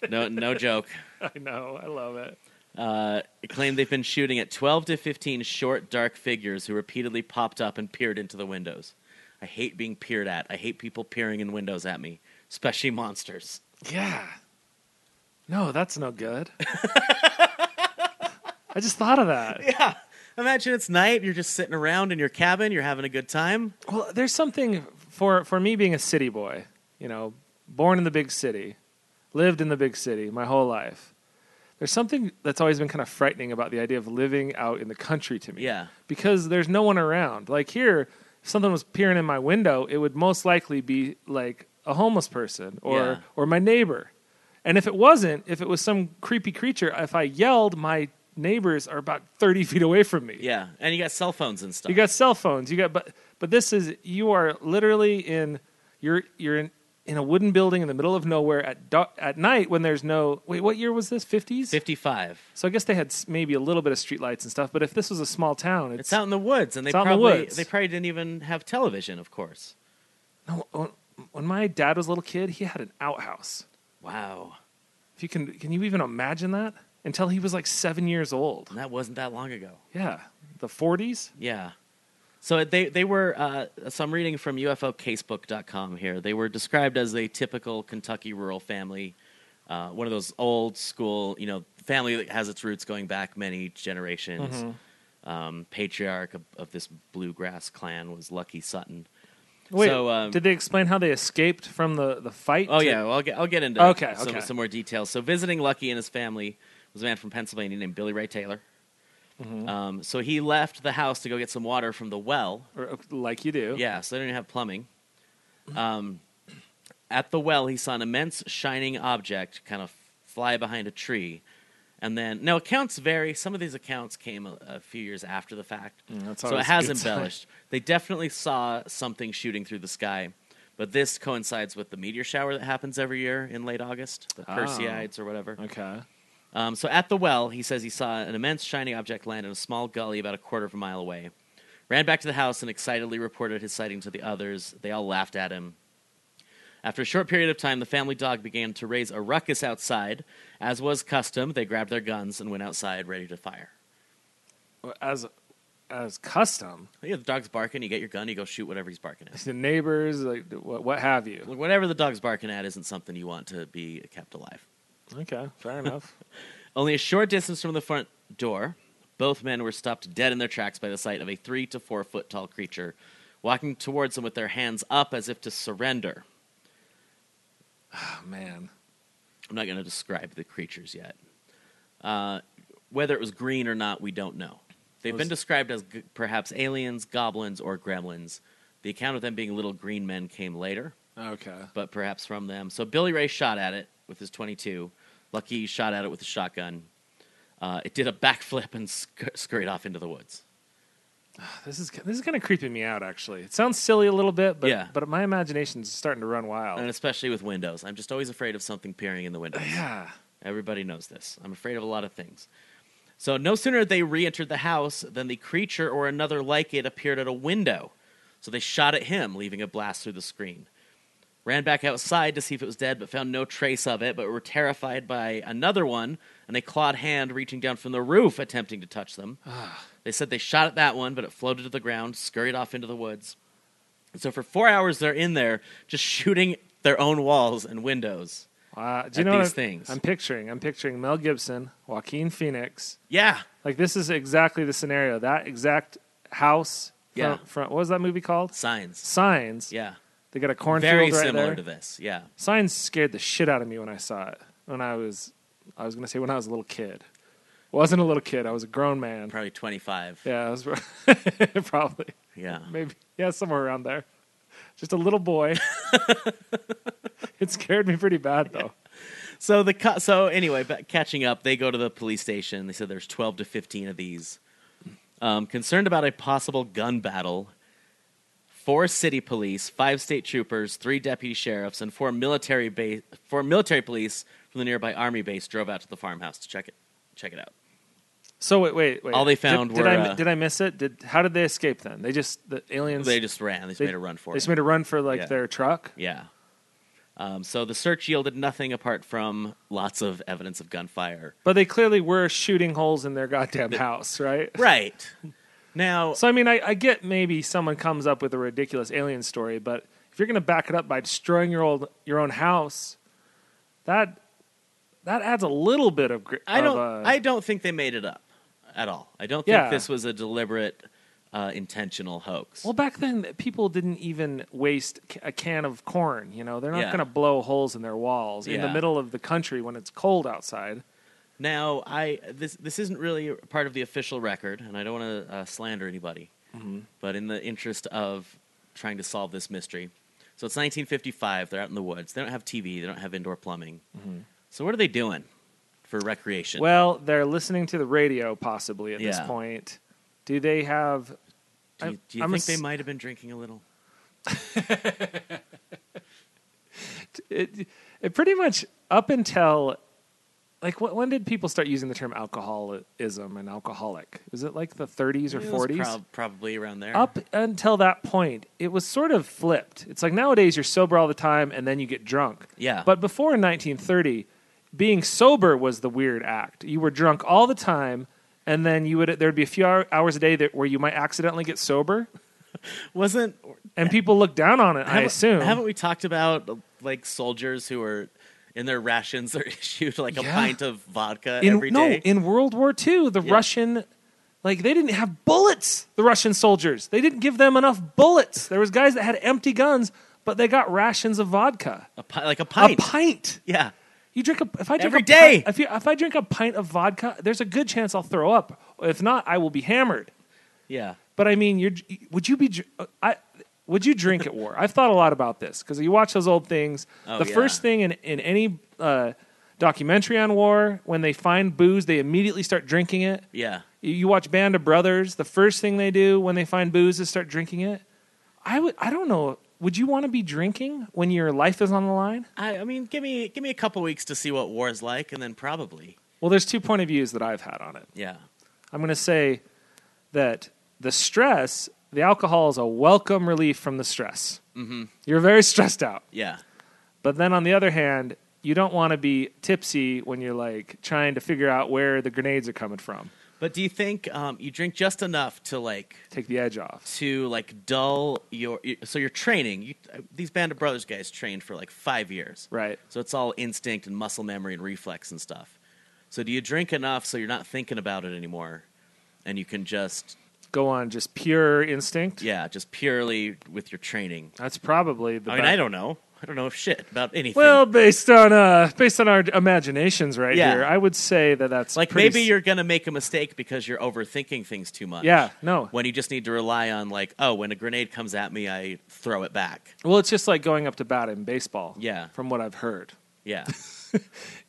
no, no joke.
*laughs* I know. I love it.
uh, claimed they've been shooting at 12 to 15 short, dark figures who repeatedly popped up and peered into the windows. I hate being peered at. I hate people peering in windows at me, especially monsters. *laughs*
Yeah. No, that's no good. I just thought of that.
Imagine it's night, you're just sitting around in your cabin, you're having a good time.
Well, there's something for for me being a city boy, you know, born in the big city, lived in the big city my whole life. There's something that's always been kind of frightening about the idea of living out in the country to me.
Yeah.
Because there's no one around. Like here, if something was peering in my window, it would most likely be like a homeless person or
Yeah.
or my neighbor. And if it wasn't, if it was some creepy creature, if I yelled, my neighbors are about 30 feet away from me.
Yeah, and you got cell phones and stuff.
You got cell phones. You got but but this is you are literally in you're you're in, in a wooden building in the middle of nowhere at do- at night when there's no wait what year was this 50s
55.
so I guess they had s- maybe a little bit of streetlights and stuff but if this was a small town it's,
It's out in the woods, and they
It's out in the
probably
woods.
they probably didn't even have television, of course.
no, when- when my dad was a little kid he had an outhouse
Wow,
if you can can you even imagine that until he was like seven years old
and that wasn't that long ago.
yeah the 40s
Yeah. So they, they were, uh, so I'm reading from UFOcasebook.com here. They were described as a typical Kentucky rural family, uh, one of those old school, you know, family that has its roots going back many generations.
Mm-hmm.
Um, patriarch of, of this bluegrass clan was Lucky Sutton.
wait
So, um,
did they explain how they escaped from the the fight
Oh
to-
yeah, well, I'll get I'll get into
Okay,
some,
okay.
some more details. So visiting Lucky and his family was a man from Pennsylvania named Billy Ray Taylor.
Mm-hmm.
Um, so he left the house to go get some water from the well
or, like you do
Yeah, so they don't even have plumbing. Um, at the well, he saw an immense shining object kind of fly behind a tree. And then, now accounts vary. Some of these accounts came a, a few years after the fact.
Mm, that's
so it
always a
has
good sign.
embellished. They definitely saw something shooting through the sky. But this coincides with the meteor shower that happens every year in late August, the
Oh.
Perseids or whatever.
okay
Um, so at the well, he says he saw an immense shining object land in a small gully about a quarter of a mile away. Ran back to the house and excitedly reported his sighting to the others. They all laughed at him. After a short period of time, the family dog began to raise a ruckus outside. As was custom, they grabbed their guns and went outside ready to fire.
Well, as as custom *laughs*
Yeah, the dog's barking. You get your gun, you go shoot whatever he's barking at.
the neighbors like what, what have you
Look, whatever the dog's barking at isn't something you want to be kept alive.
okay *laughs* fair enough
Only a short distance from the front door, both men were stopped dead in their tracks by the sight of a three to four foot tall creature walking towards them with their hands up as if to surrender.
oh man
I'm not going to describe the creatures yet. Uh, whether it was green or not, we don't know. They've been described as g- perhaps aliens, goblins, or gremlins. The account of them being little green men came later,
okay
but perhaps from them. So Billy Ray shot at it with his 22. Lucky shot at it with a shotgun. Uh, it did a backflip and sc- scurried off into the woods.
This is this is kind of creeping me out. Actually, it sounds silly a little bit, but
Yeah.
but my imagination's starting to run wild.
and especially with windows. I'm just always afraid of something peering in the window.
yeah.
Everybody knows this. I'm afraid of a lot of things. So no sooner had they re-entered the house than the creature or another like it appeared at a window. So they shot at him, leaving a blast through the screen. Ran back outside to see if it was dead, but found no trace of it, but were terrified by another one and a clawed hand reaching down from the roof attempting to touch them. they said they shot at that one, but it floated to the ground, scurried off into the woods. And so for four hours they're in there just shooting their own walls and windows.
Wow. Uh, Do you know
At
what
these
I'm-
things.
I'm picturing? I'm picturing Mel Gibson, Joaquin Phoenix.
Yeah.
Like this is exactly the scenario. That exact house.
Yeah.
Front, front, what was that movie called?
Signs.
Signs.
Yeah.
They got a cornfield
Very
right
similar
there.
to this. Yeah.
Signs scared the shit out of me when I saw it. When I was, I was gonna say when I was a little kid. Wasn't a little kid. I was a grown man.
Probably 25. Yeah.
Yeah, I was *laughs* probably maybe yeah somewhere around there. Just a little boy. *laughs* it scared me pretty bad though.
So the co- so anyway, but catching up, they go to the police station. They said there's 12 to 15 of these. Um, concerned about a possible gun battle, four city police, five state troopers, three deputy sheriffs, and four military base four military police from the nearby army base drove out to the farmhouse to check it check it out.
So wait, wait, wait.
All they
Did-
found
did,
were,
I
uh,
did I miss it? Did how did they escape then? They just the aliens.
They just ran. They just
They-
made a run for
they
it.
just made a run for like
Yeah.
their truck.
Yeah. Um, so the search yielded nothing apart from lots of evidence of gunfire.
But they clearly were shooting holes in their goddamn house, right?
Right. *laughs* Now,
So I mean, I, I get maybe someone comes up with a ridiculous alien story, but if you're going to back it up by destroying your old your own house, that that adds a little bit of. gr-
I
of,
don't.
uh,
I don't think they made it up at all. I don't
Yeah.
think this was a deliberate, uh, intentional hoax.
well, back then people didn't even waste c- a can of corn. You know, they're not
Yeah.
going to blow holes in their walls in the
Yeah.
middle of the country when it's cold outside.
now, I this this isn't really a part of the official record, and I don't want to uh, slander anybody.
Mm-hmm.
But in the interest of trying to solve this mystery, so it's 1955. They're out in the woods. They don't have TV. They don't have indoor plumbing. So what are they doing for recreation?
Mm-hmm. Well, they're listening to the radio possibly at this
Yeah.
point. Do they have?
do you, do you
I'm
think
ass-
they might have been drinking a little?
It, it pretty much up until like wh- when did people start using the term alcoholism and alcoholic? Is it like the 30s or
It was
40s?
prob- probably around there.
up until that point, it was sort of flipped. It's like nowadays you're sober all the time and then you get drunk.
Yeah.
But before in 1930, being sober was the weird act. You were drunk all the time, and then you would there'd be a few hour- hours a day that where you might accidentally get sober,
wasn't *laughs*
and people look down on it. I
Haven't-
assume.
Haven't we talked about like soldiers who are in their rations are *laughs* issued like a
Yeah.
pint of vodka
in,
every
no,
day?
in World War II, the
Yeah.
Russian, like they didn't have bullets. The Russian soldiers, they didn't give them enough bullets. There was guys that had empty guns, but they got rations of vodka,
a pi- like a pint.
a pint.
Yeah.
You drink a if I drink
Every
a
day.
Pint, if you, if I drink a pint of vodka, there's a good chance I'll throw up. If not, I will be hammered.
Yeah.
But I mean, you're would you be dr- I would you drink at war? I've thought a lot about this because you watch those old things.
Oh,
the
yeah.
first thing in in any uh, documentary on war, when they find booze, they immediately start drinking it.
Yeah.
You- You watch Band of Brothers. The first thing they do when they find booze is start drinking it. I would. I don't know. Would you want to be drinking when your life is on the line?
I, I mean, give me give me a couple weeks to see what war's like, and then probably.
Well, there's two point of views that I've had on it.
Yeah.
I'm going to say that the stress, the alcohol is a welcome relief from the stress. Mm-hmm. You're very stressed out.
Yeah.
But then on the other hand, you don't want to be tipsy when you're like trying to figure out where the grenades are coming from.
But do you think um, you drink just enough to like
Take the edge off.
to like dull your? So you're training. You, uh, these Band of Brothers guys trained for like five years.
Right.
So it's all instinct and muscle memory and reflex and stuff. So do you drink enough so you're not thinking about it anymore, and you can just
Go on, just pure instinct.
yeah, just purely with your training?
That's probably the
I mean,
best-
I don't know. I don't know shit about anything.
*laughs* Well, based on uh, based on our imaginations right
Yeah.
here, I would say that that's
like
pretty
maybe
s-
you're gonna make a mistake because you're overthinking things too much.
Yeah, no.
When you just need to rely on like, oh, when a grenade comes at me, I throw it back.
Well, it's just like going up to bat in baseball.
Yeah.
from what I've heard. *laughs*
Yeah.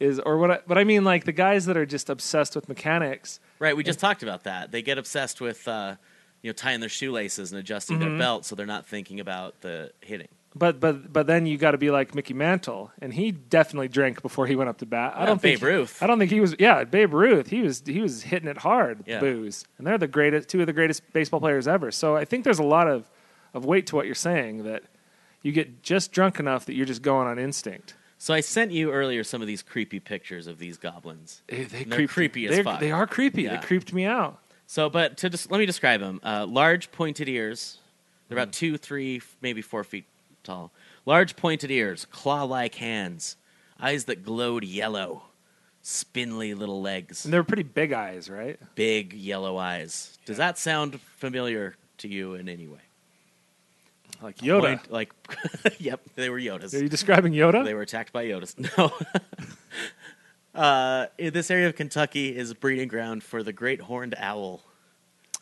is or what I, but I mean like the guys that are just obsessed with mechanics.
Right, we just talked about that. They get obsessed with, uh, you know tying their shoelaces and adjusting
Mm-hmm.
their belt so they're not thinking about the hitting.
But but but then you got to be like Mickey Mantle, and he definitely drank before he went up to bat. I
Yeah,
don't think
Babe Ruth.
I don't think he was. Yeah, Babe Ruth. He was he was hitting it hard.
Yeah.
Booze, and they're the greatest two of the greatest baseball players ever. So I think there's a lot of of weight to what you're saying that you get just drunk enough that you're just going on instinct.
So I sent you earlier some of these creepy pictures of these goblins.
They, they
They're
creeped-
creepy as
they're-
fuck.
They are creepy.
Yeah.
They creeped me out.
So, but to just let me describe them: uh, large pointed ears. They're
Hmm.
about two, three, f- maybe four feet tall. Large pointed ears, claw-like hands, eyes that glowed yellow, spindly little legs,
And they're pretty big eyes, right?
big yellow eyes. Does that sound familiar to you in any way?
Like Yoda.
Point- like, *laughs* yep, they were Yodas.
Are you describing Yoda?
They were attacked by Yodas. *laughs* No. uh, in this area of Kentucky is breeding ground for the great horned owl.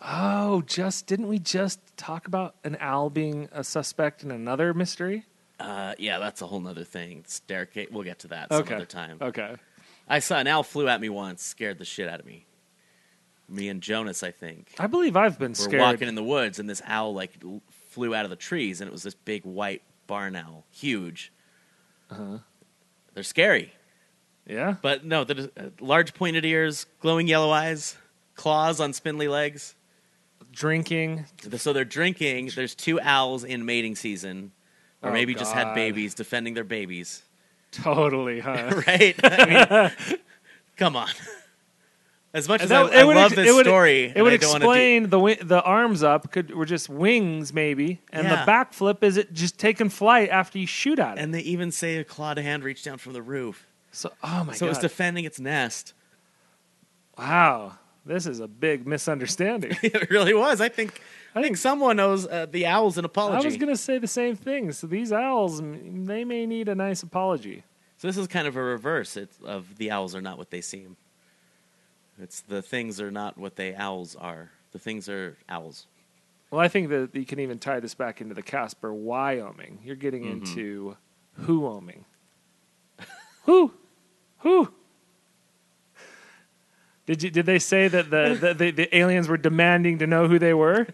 Oh, just didn't we just talk about an owl being a suspect in another mystery?
Uh, yeah, that's a whole nother thing. Staircase. We'll get to that some other time.
Okay.
I saw an owl flew at me once, scared the shit out of me. Me and Jonas, I think,
I believe I've been
were
scared.
walking in the woods, and this owl like l- flew out of the trees, and it was this big white barn owl, huge.
Uh-huh.
They're scary.
yeah.
But no, the uh, large pointed ears, glowing yellow eyes, claws on spindly legs.
Drinking. *laughs*
So they're drinking. There's two owls in mating season, or
Oh,
maybe just
God.
had babies, defending their babies.
Totally,
*laughs*
huh?
right? I mean,
*laughs*
come on. As much as I, I
would
love
ex-
this
it would-
story,
It would
and I don't wanna
explain the wi- the arms up could were just wings, maybe, and
Yeah.
the backflip is it just taking flight after you shoot at
do-
it.
and they even say a clawed hand reached down from the roof,
so, oh my
so it was
god!
defending its nest. *laughs*
wow, this is a big
*laughs*
misunderstanding.
it really was. I think. I think someone owes uh, the owls an
I
apology.
was gonna say the same thing. So these owls, m- they may need a nice apology.
So this is kind of a reverse it's, of the owls are not what they seem. It's the things are not what they owls are. The things are owls. *laughs*
Well, I think that you can even tie this back into the Casper, Wyoming. You're getting into *laughs* who-oming. who? Who? Did you? Did they say that *laughs* the, the, the, the aliens were demanding to know who they were?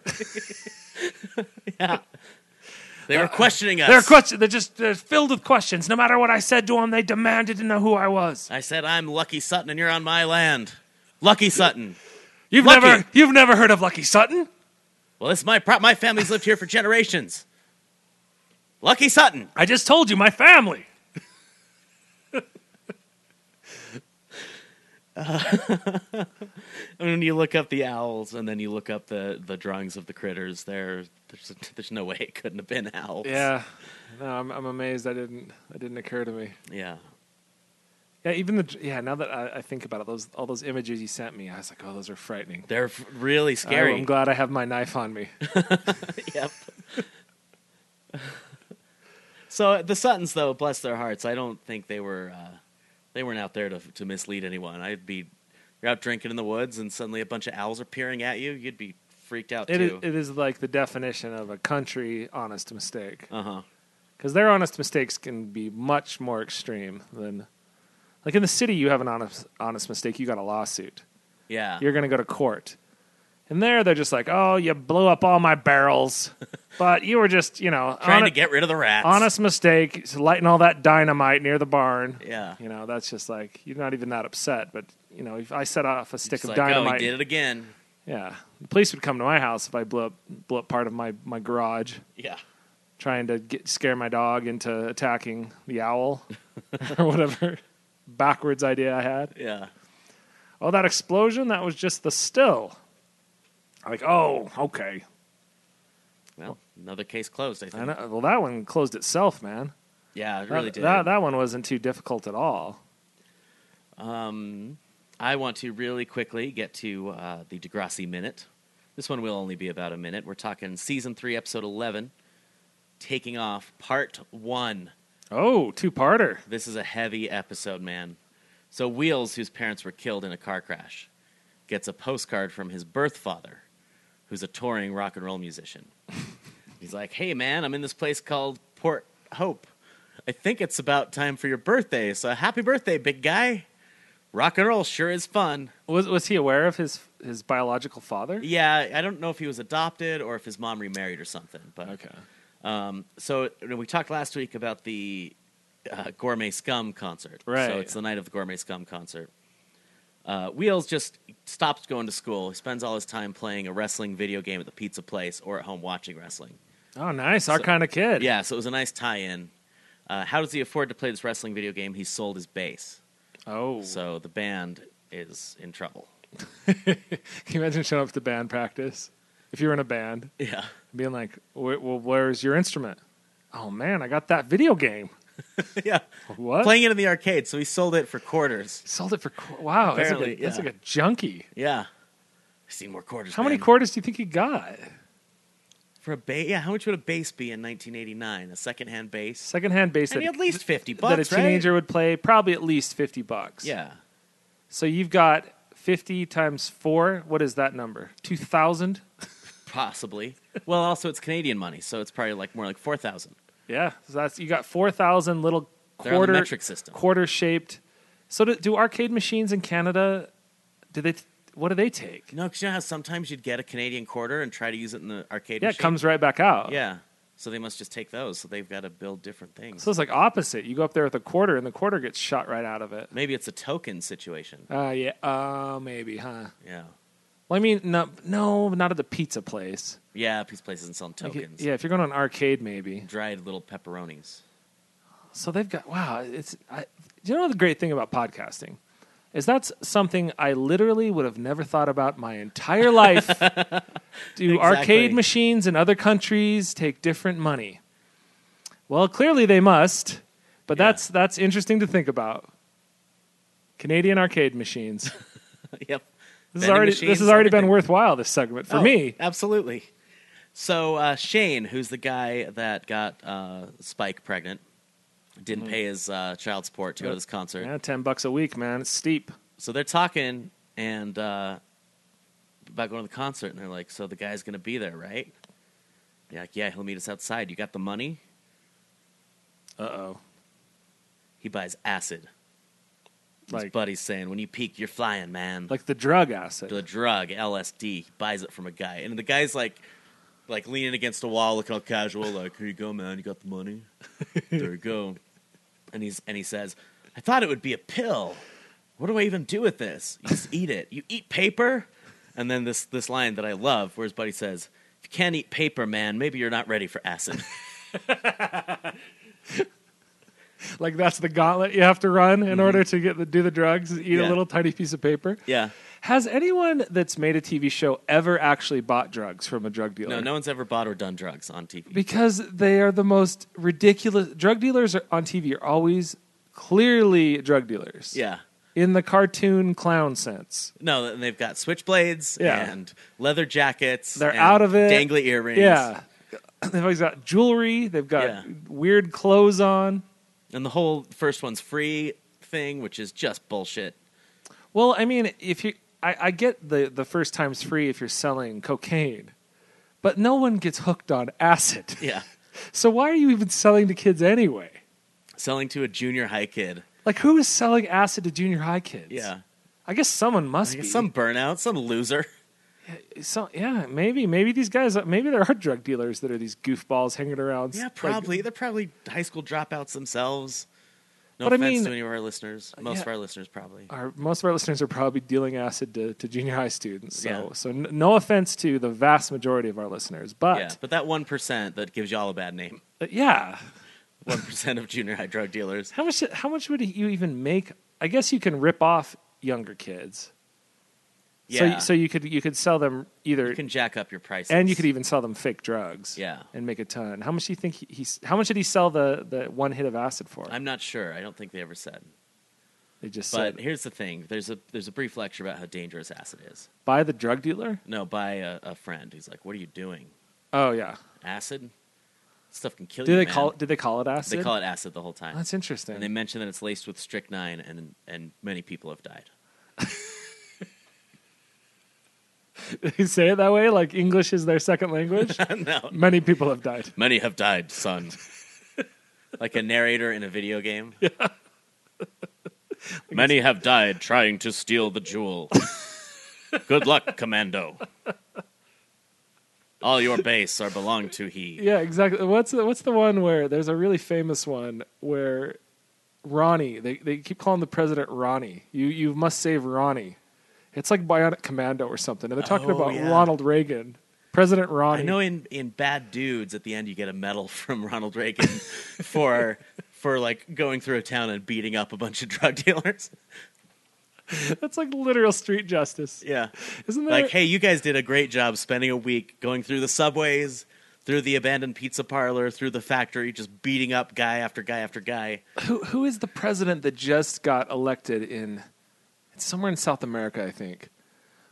They were questioning
*laughs*
us.
Uh, They're question. They're just they're filled with questions. No matter what I said to them, they demanded to know who I was.
I said, "I'm Lucky Sutton, and you're on my land." Lucky Sutton.
You've
Lucky.
never you've never heard of Lucky Sutton?
Well, this is my prop. My family's lived here for generations. Lucky Sutton.
I just told you my family.
And when you look up the owls, and then you look up the, the drawings of the critters, there, there's there's no way it couldn't have been owls.
Yeah. No, I'm, I'm amazed. I didn't. That didn't occur to me.
yeah.
Yeah, even the yeah. Now that I, I think about it, those all those images you sent me, I was like, oh, those are frightening.
They're f- really scary.
I, am glad I have my knife on me.
yep. so the Suttons, though, bless their hearts, I don't think they were uh, they weren't out there to to mislead anyone. I'd be you're out drinking in the woods, and suddenly a bunch of owls are peering at you. You'd be freaked out
It is,
too.
it is like the definition of a country honest mistake,
Uh huh.
because their honest mistakes can be much more extreme than, like in the city, you have an honest honest mistake, you got a lawsuit,
Yeah.
you're gonna go to court, and there they're just like, oh, you blew up all my
*laughs*
barrels, but you were just you know
trying to
honest-
get rid of the rats.
honest mistake it's lighting all that dynamite near the barn
Yeah.
you know that's just like you're not even that upset but you know if i set off a stick
It's
of
like, Oh,
dynamite
he did it again.
yeah the police would come to my house if i blew up, blew up part of my, my garage
Yeah.
trying to get, scare my dog into attacking the owl *laughs* or whatever backwards idea i had
Yeah.
oh that explosion that was just the still like oh okay
Well, another case closed, I think.
I know, uh, well that one closed itself man
Yeah, it really
that,
did.
that, that one wasn't too difficult at all
I want to really quickly get to uh, the Degrassi Minute. This one will only be about a minute. We're talking season three, episode 11, taking off part one.
oh two-parter
This is a heavy episode, man. So, Wheels, whose parents were killed in a car crash, gets a postcard from his birth father, who's a touring rock and roll musician. *laughs* He's like, Hey, man, I'm in this place called Port Hope. I think it's about time for your birthday, so happy birthday, big guy. Rock and roll sure is fun.
Was was he aware of his his biological father.
Yeah, I don't know if he was adopted or if his mom remarried or something. But Um, so you know, we talked last week about the uh, Gourmet Scum concert.
Right.
So it's the night of the Gourmet Scum concert. Uh, Wheels just stops going to school. He spends all his time playing a wrestling video game at the pizza place or at home watching wrestling.
Oh, nice. Our
So-
kind of kid.
Yeah, so it was a nice tie-in. Uh, how does he afford to play this wrestling video game? He sold his bass,
Oh.
so the band is in trouble. *laughs*
Can *laughs* you imagine showing up to band practice if you were in a band
Yeah. *laughs*
and being like, "Wh- "Well, where's your instrument?" Oh man, I got that video game.
yeah.
What?
Playing it in the arcade, so he sold it for quarters.
Sold it for qu- wow. That's like, a,
Apparently,
that's
yeah.
like a junkie.
Yeah. I've seen more quarters.
How many
man.
quarters do you think he got?
for a bass? Yeah, how much would a bass be in 1989? A secondhand bass?
Secondhand bass
I mean,
that,
at least 50
that
bucks,
a teenager
right?
would play probably at least fifty bucks.
Yeah.
So you've got fifty times four. What is that number? Two thousand.
Possibly. well, also it's Canadian money, so it's probably like more like 4,000.
Yeah, so that's you got four thousand little
They're on the
quarter
metric system.
quarter shaped. So do, do arcade machines in Canada? Do they? What do they take?
No, because you know how sometimes you'd get a Canadian quarter and try to use it in the arcade
Yeah, it
machine?
comes right back out.
Yeah. So they must just take those. So they've got to build different things.
So it's like opposite. You go up there with a quarter, and the quarter gets shot right out of it.
Maybe it's a token situation.
Uh, yeah. Uh, maybe, huh?
Yeah.
Well, I mean, no, no, not at the pizza place.
Yeah, Pizza Place isn't selling
Like,
tokens.
yeah, if you're going to an arcade, maybe.
Dried little pepperonis. *laughs*
So they've got wow. It's I, you know the great thing about podcasting is that's something I literally would have never thought about my entire
*laughs*
life. Do arcade machines in other countries take different money? Well, clearly they must, but
Yeah.
that's that's interesting to think about. Canadian arcade machines.
*laughs* yep.
This has
Vending
already
machines,
this has already been
everything.
worthwhile. This segment for
Oh,
me.
Absolutely. So uh, Shane, who's the guy that got uh, Spike pregnant, didn't
Mm-hmm.
pay his uh, child support to go to this concert.
Yeah, ten bucks a week, man. It's steep.
So they're talking and uh, about going to the concert, and they're like, "So the guy's going to be there, right?" They're like, "Yeah, he'll meet us outside. You got the money?"
Uh oh.
He buys acid. his
Like
buddy's saying, "When you peak, you're flying, man."
like the drug acid.
the drug LSD. He buys it from a guy, and the guy's like, like leaning against a wall, looking all casual, like, "Here you go, man. You got the money. there
*laughs*
you go." And he's and he says, "I thought it would be a pill. What do I even do with this? You just eat it. You eat paper." And then this this line that I love, where his buddy says, "If you can't eat paper, man, maybe you're not ready for
*laughs*
acid."
like that's the gauntlet you have to run in order to get the, do the drugs is eat
Mm-hmm. Yeah.
a little tiny piece of paper
yeah.
has anyone that's made a tv show ever actually bought drugs from a drug dealer
No, no one's ever bought or done drugs on TV.
because they are the most ridiculous drug dealers are, on tv are always clearly drug dealers
Yeah.
in the cartoon clown sense
No, and they've got switchblades
Yeah.
and leather jackets.
They're
and
out of it.
Dangly earrings.
yeah *coughs* they've always got jewelry they've got
Yeah.
weird clothes on
And the whole first one's free thing, which is just bullshit.
Well, I mean, if you, I, I get the the first time's free if you're selling cocaine, but no one gets hooked on
*laughs*
acid.
Yeah.
So why are you even selling to kids anyway?
Selling to a junior high kid.
Like, who is selling acid to junior high kids?
Yeah.
I guess someone must
I
be.
guess some burnout, some loser.
so, yeah, maybe, maybe these guys, maybe there are drug dealers that are these goofballs hanging around.
Yeah,
like-
probably. They're probably high school dropouts themselves. No
But I
offense
mean-
to any of our listeners. Most
yeah.
of our listeners, probably.
our, most of our listeners are probably dealing acid to, to junior high students. So,
Yeah.
so n- no offense to the vast majority of our listeners, but
Yeah. But that 1% that gives y'all a bad *laughs* name
but yeah,
1% of junior high drug dealers.
How much? How much would you even make? I guess you can rip off younger kids.
Yeah.
So, so you could you could sell them either,
you can jack up your prices.
and you could even sell them fake drugs.
Yeah.
And make a ton. How much do you think he, he's? How much did he sell the the one hit of acid for?
I'm not sure. I don't think they ever said.
they just
But
said
here's the thing there's a, there's a brief lecture about how dangerous acid is.
by the drug dealer.
No, by a, a friend who's like, What are you doing?
Oh yeah.
acid. Stuff can kill
Do
you.
they
man.
call? Did they call it acid?
They call it acid the whole time.
That's interesting.
and they mention that it's laced with strychnine, and and many people have died.
*laughs* They say it that way, like English is their second language.
*laughs* no,
Many people have died.
many have died,
*laughs*
son. like a narrator in a video game. *laughs*
*laughs*
many have died trying to steal the jewel. Good luck, Commando. All your base are belong to he.
Yeah, exactly. What's the, what's the one where there's a really famous one where Ronnie? They they keep calling the president Ronnie. You you must save Ronnie. It's like Bionic Commando or something, and they're talking
Oh,
about
yeah.
Ronald Reagan, President Ronnie.
I know in, in Bad Dudes at the end you get a medal *laughs* from Ronald Reagan for for like going through a town and beating up a bunch of drug dealers.
*laughs* That's like literal street justice,
Yeah.
isn't there?
Like, hey, you guys did a great job spending a week going through the subways, through the abandoned pizza parlor, through the factory, just beating up guy after guy after guy.
who who is the president that just got elected in it's somewhere in South America, I think,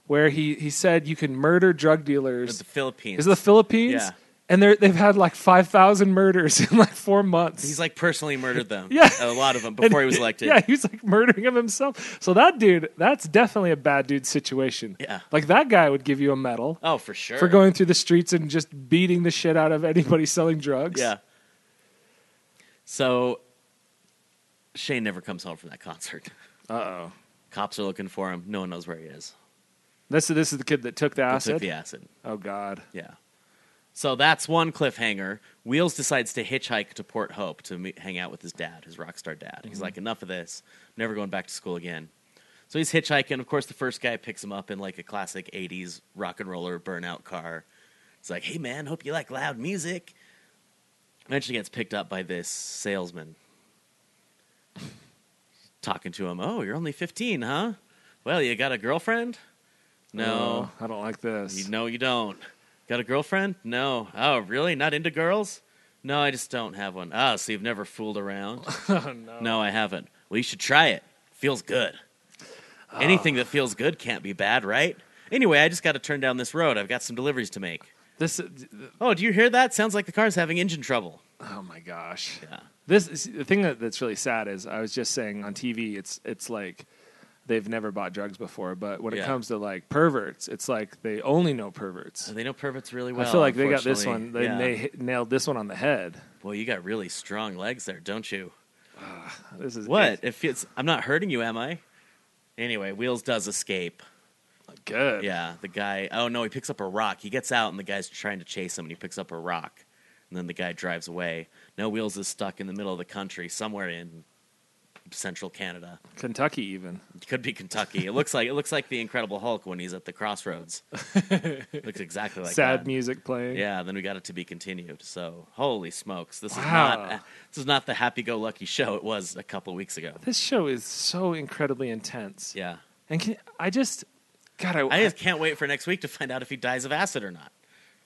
where he, he said you can murder drug dealers.
The Philippines.
Is it the Philippines?
Yeah.
And they're, they've had like 5,000 murders *laughs* in like four months.
He's like personally murdered them.
*laughs* Yeah.
A lot of them
And-
before he was elected.
Yeah, he was like murdering him himself. So that dude, that's definitely a bad dude situation.
Yeah.
Like that guy would give you a medal
Oh, for sure.
for going through the streets and just beating the shit out of anybody *laughs* selling drugs.
Yeah. So Shane never comes home from that concert.
Uh oh.
Cops are looking for him. No one knows where he is.
This, this is the kid that took the
He
acid.
took the acid.
Oh, God.
Yeah. So that's one cliffhanger. Wheels decides to hitchhike to Port Hope to meet, hang out with his dad, his rock star dad. He's like, enough of this. Never going back to school again. So he's hitchhiking. Of course, the first guy picks him up in like a classic 80s rock and roller burnout car. He's like, hey, man, hope you like loud music. Eventually gets picked up by this salesman talking to him. Oh, you're only 15, huh? Well, you got a girlfriend? No.
Oh, I don't like this.
You, no, you don't. Got a girlfriend? No. Oh, really? Not into girls? No, I just don't have one. Ah, so you've never
*laughs*
fooled around?
Oh,
no. I haven't. Well, you should try it. Feels good. Anything that feels good can't be bad, right? Anyway, I just got to turn down this road. I've got some deliveries to make.
This,
Oh, do you hear that? Sounds like the car's having engine trouble.
oh my gosh.
Yeah.
This is, the thing that, that's really sad is I was just saying on TV, it's it's like they've never bought drugs before, but when it
Yeah.
comes to like perverts, it's like they only know perverts.
So they know perverts really well.
I feel like they got this one.
unfortunately.
They,
Yeah.
they hit, nailed this one on the head.
Boy, you got really strong legs there, don't you?
This is
What? If it's, I'm not hurting you, am I? Anyway, Wheels does escape.
it's good.
Yeah, the guy. Oh no, he picks up a rock. He gets out, and the guy's trying to chase him, and he picks up a rock, and then the guy drives away. No Wheels is stuck in the middle of the country, somewhere in central Canada.
Kentucky even.
It could be Kentucky. It looks like it looks like the Incredible Hulk when he's at
*laughs*
the crossroads. looks exactly like
sad
that.
music playing.
Yeah, then we got it to be continued. So holy smokes, this is
Wow.
not this is not the happy-go-lucky show it was a couple weeks ago.
This show is so incredibly intense.
Yeah,
And can, I just, God, I,
I just can't wait for next week to find out if he dies of acid or not.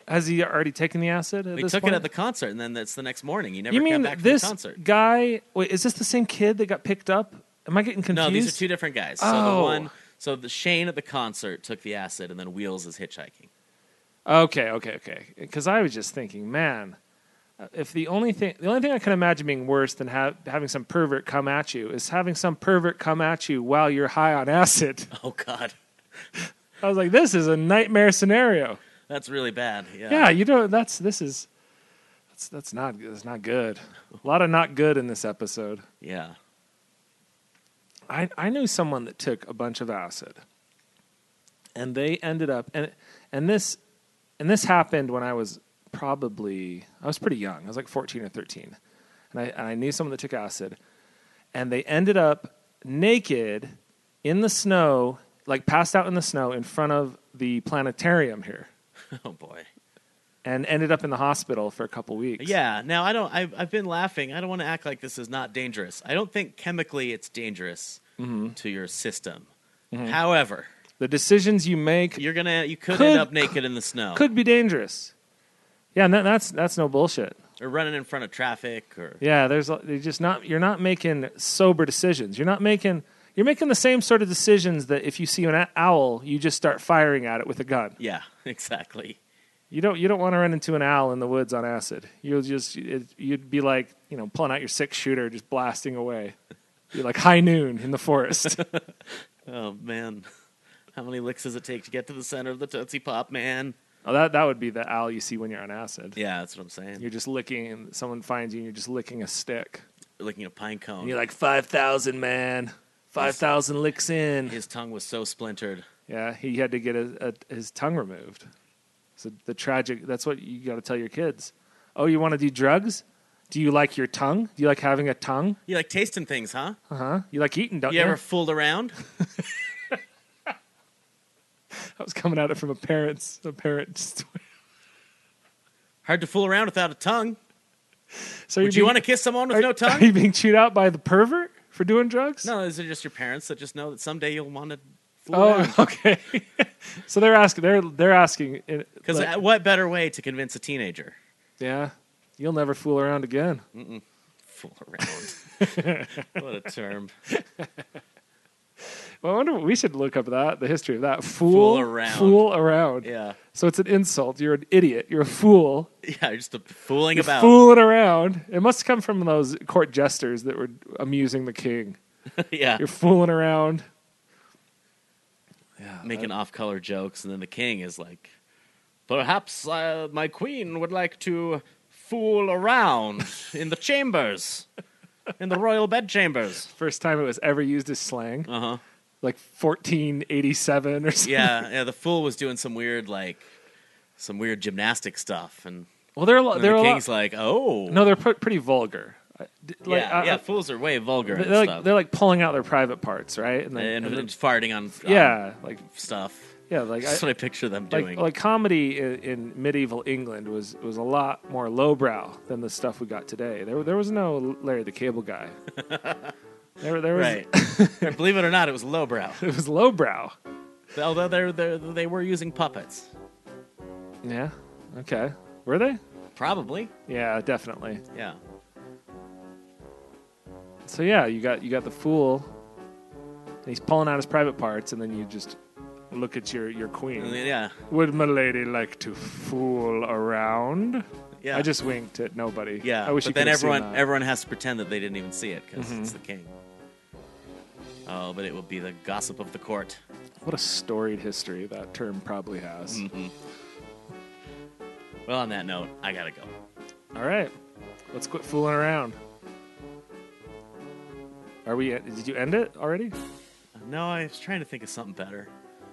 has he already taken the acid? At
We
this
took
point?
it at the concert, and then that's the next morning. You never
You
came
mean
back from
this
the concert.
guy? Wait, is this the same kid that got picked up? Am I getting confused?
No, these are two different guys. So the
Oh.
one, so the Shane at the concert took the acid, and then Wheels is hitchhiking. *laughs*
Okay, okay, okay. Because I was just thinking, man, uh, if the only thing, the only thing I can imagine being worse than ha- having some pervert come at you is having some pervert come at you while you're high on acid. *laughs*
Oh God,
I was like, this is a nightmare scenario.
that's really bad. Yeah.
Yeah, you know, that's this is. That's, that's not that's not good. A lot of not good in this episode.
Yeah. *laughs*
I, I knew someone that took a bunch of acid and they ended up and and this and this happened when I was probably I was pretty young. I was like 14 or 13. And I and I knew someone that took acid and they ended up naked in the snow, like passed out in the snow in front of the planetarium here
Oh boy.
and ended up in the hospital for a couple weeks.
Yeah. Now I don't. I've, I've been laughing. I don't want to act like this is not dangerous. I don't think chemically it's dangerous
Mm-hmm.
to your system. However,
The decisions you make
you're gonna you could,
Could-
end up naked in the snow
could be dangerous. Yeah, and that, that's that's no bullshit.
or running in front of traffic or
Yeah, there's you're just not you're not making sober decisions. You're not making you're making the same sort of decisions that if you see an owl, you just start firing at it with a gun.
yeah, *laughs* exactly.
You don't you don't want to run into an owl in the woods on acid. You'll just it, you'd be like you know pulling out your six shooter, just blasting away. You're like high noon in the forest. *laughs*
Oh man, *laughs* how many licks does it take to get to the center of the tootsie pop, man?
oh, that that would be the owl you see when you're on acid.
Yeah, that's what I'm saying.
You're just licking, and someone finds you, and you're just licking a stick.
Licking a pine cone.
And you're like five thousand man, five thousand licks in.
His tongue was so splintered.
Yeah, he had to get a, a, his tongue removed. So the tragic. That's what you got to tell your kids. Oh, you want to do drugs? Do you like your tongue? Do you like having a tongue?
You like tasting things, huh?
Uh huh. You like eating, don't
You
you?
ever fooled around?
I was coming at it from a parent's a *laughs* parent's.
Hard to fool around without a tongue.
So
Would you want to kiss someone with
*laughs*
no
Are
tongue?
you being chewed out by the pervert for doing drugs?
No, these are just your parents that just know that someday you'll want to fool
Oh, *laughs* okay. so they're asking. They're they're asking. eh, Because
Because uh, what better way to convince a teenager?
yeah, you'll never fool around again.
Fool around.
*laughs*
what a term.
Well, I wonder. We should look up that the history of that. Fool,
around.
Fool around.
Yeah.
So it's an insult. You're an idiot. You're a fool.
Yeah, you're just a fooling
You're
about.
fooling around. It must come from those court jesters that were amusing the king.
*laughs* yeah.
You're fooling around. Uh,
making off color jokes, and then the king is like, Perhaps uh, my queen would like to fool around in the chambers, in the royal bedchambers.
First time it was ever used as slang,
Uh huh.
like 1487 or something.
Yeah, yeah, the fool was doing some weird, like, some weird gymnastic stuff, and
Well, they're a lot.
then
They're
the
a
king's
lot.
like, Oh.
no, they're pre- pretty vulgar. I- d-
yeah,
Like, I-
yeah,
I-
fools are way vulgar and
they're like
stuff.
they're like pulling out their private parts, right? then-
and,
and then-
just farting on, on
yeah, like
stuff.
yeah, like I,
That's what I picture them
like
doing.
like comedy in, in medieval England was was a lot more lowbrow than the stuff we got today. There there was no Larry the Cable
*laughs*
Guy. there there was *laughs*
right. Believe it or not, it was lowbrow.
it was lowbrow.
Although they're, they're, they were using puppets.
Yeah. Okay. Were they?
Probably.
Yeah, definitely.
Yeah.
So yeah, you got you got the fool. And he's pulling out his private parts, and then you just look at your your queen.
Yeah.
Would my lady like to fool around?
Yeah.
I just winked at nobody.
yeah.
I wish
but
you
then
could've seen
everyone
that. Mm-hmm.
everyone has to pretend that they didn't even see it because it's the king. Oh, but it would be the gossip of the court.
What a storied history that term probably has.
Mm-hmm. Well, on that note, I gotta go.
All right, let's quit fooling around. Are we? uh, Did you end it already?
No, I was trying to think of something better.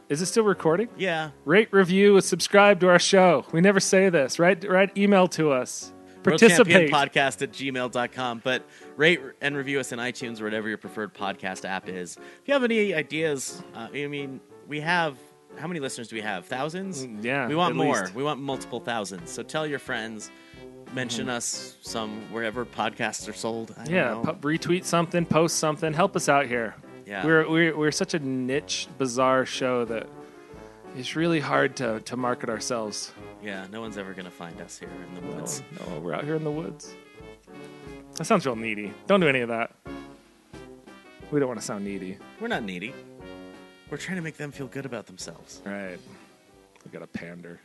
Is it still recording?
Yeah.
Rate, review, and subscribe to our show. We never say this. Write, write email to us. Participate.
podcast at gmail.com but rate and review us in itunes or whatever your preferred podcast app is if you have any ideas uh, i mean we have how many listeners do we have thousands
Mm, yeah,
we want
at
more
least.
we want multiple thousands so tell your friends mention us some wherever podcasts are sold I don't
Mm-hmm. yeah,
know.
po- retweet something, post something. Help us out here.
Yeah.
We're, we're we're such a niche, bizarre show that it's really hard to to market ourselves.
yeah no one's ever gonna find us here in the woods
No, we're out here in the woods. That sounds real needy. Don't do any of that. We don't want to sound needy.
we're not needy we're trying to make them feel good about themselves
Right. We got to pander.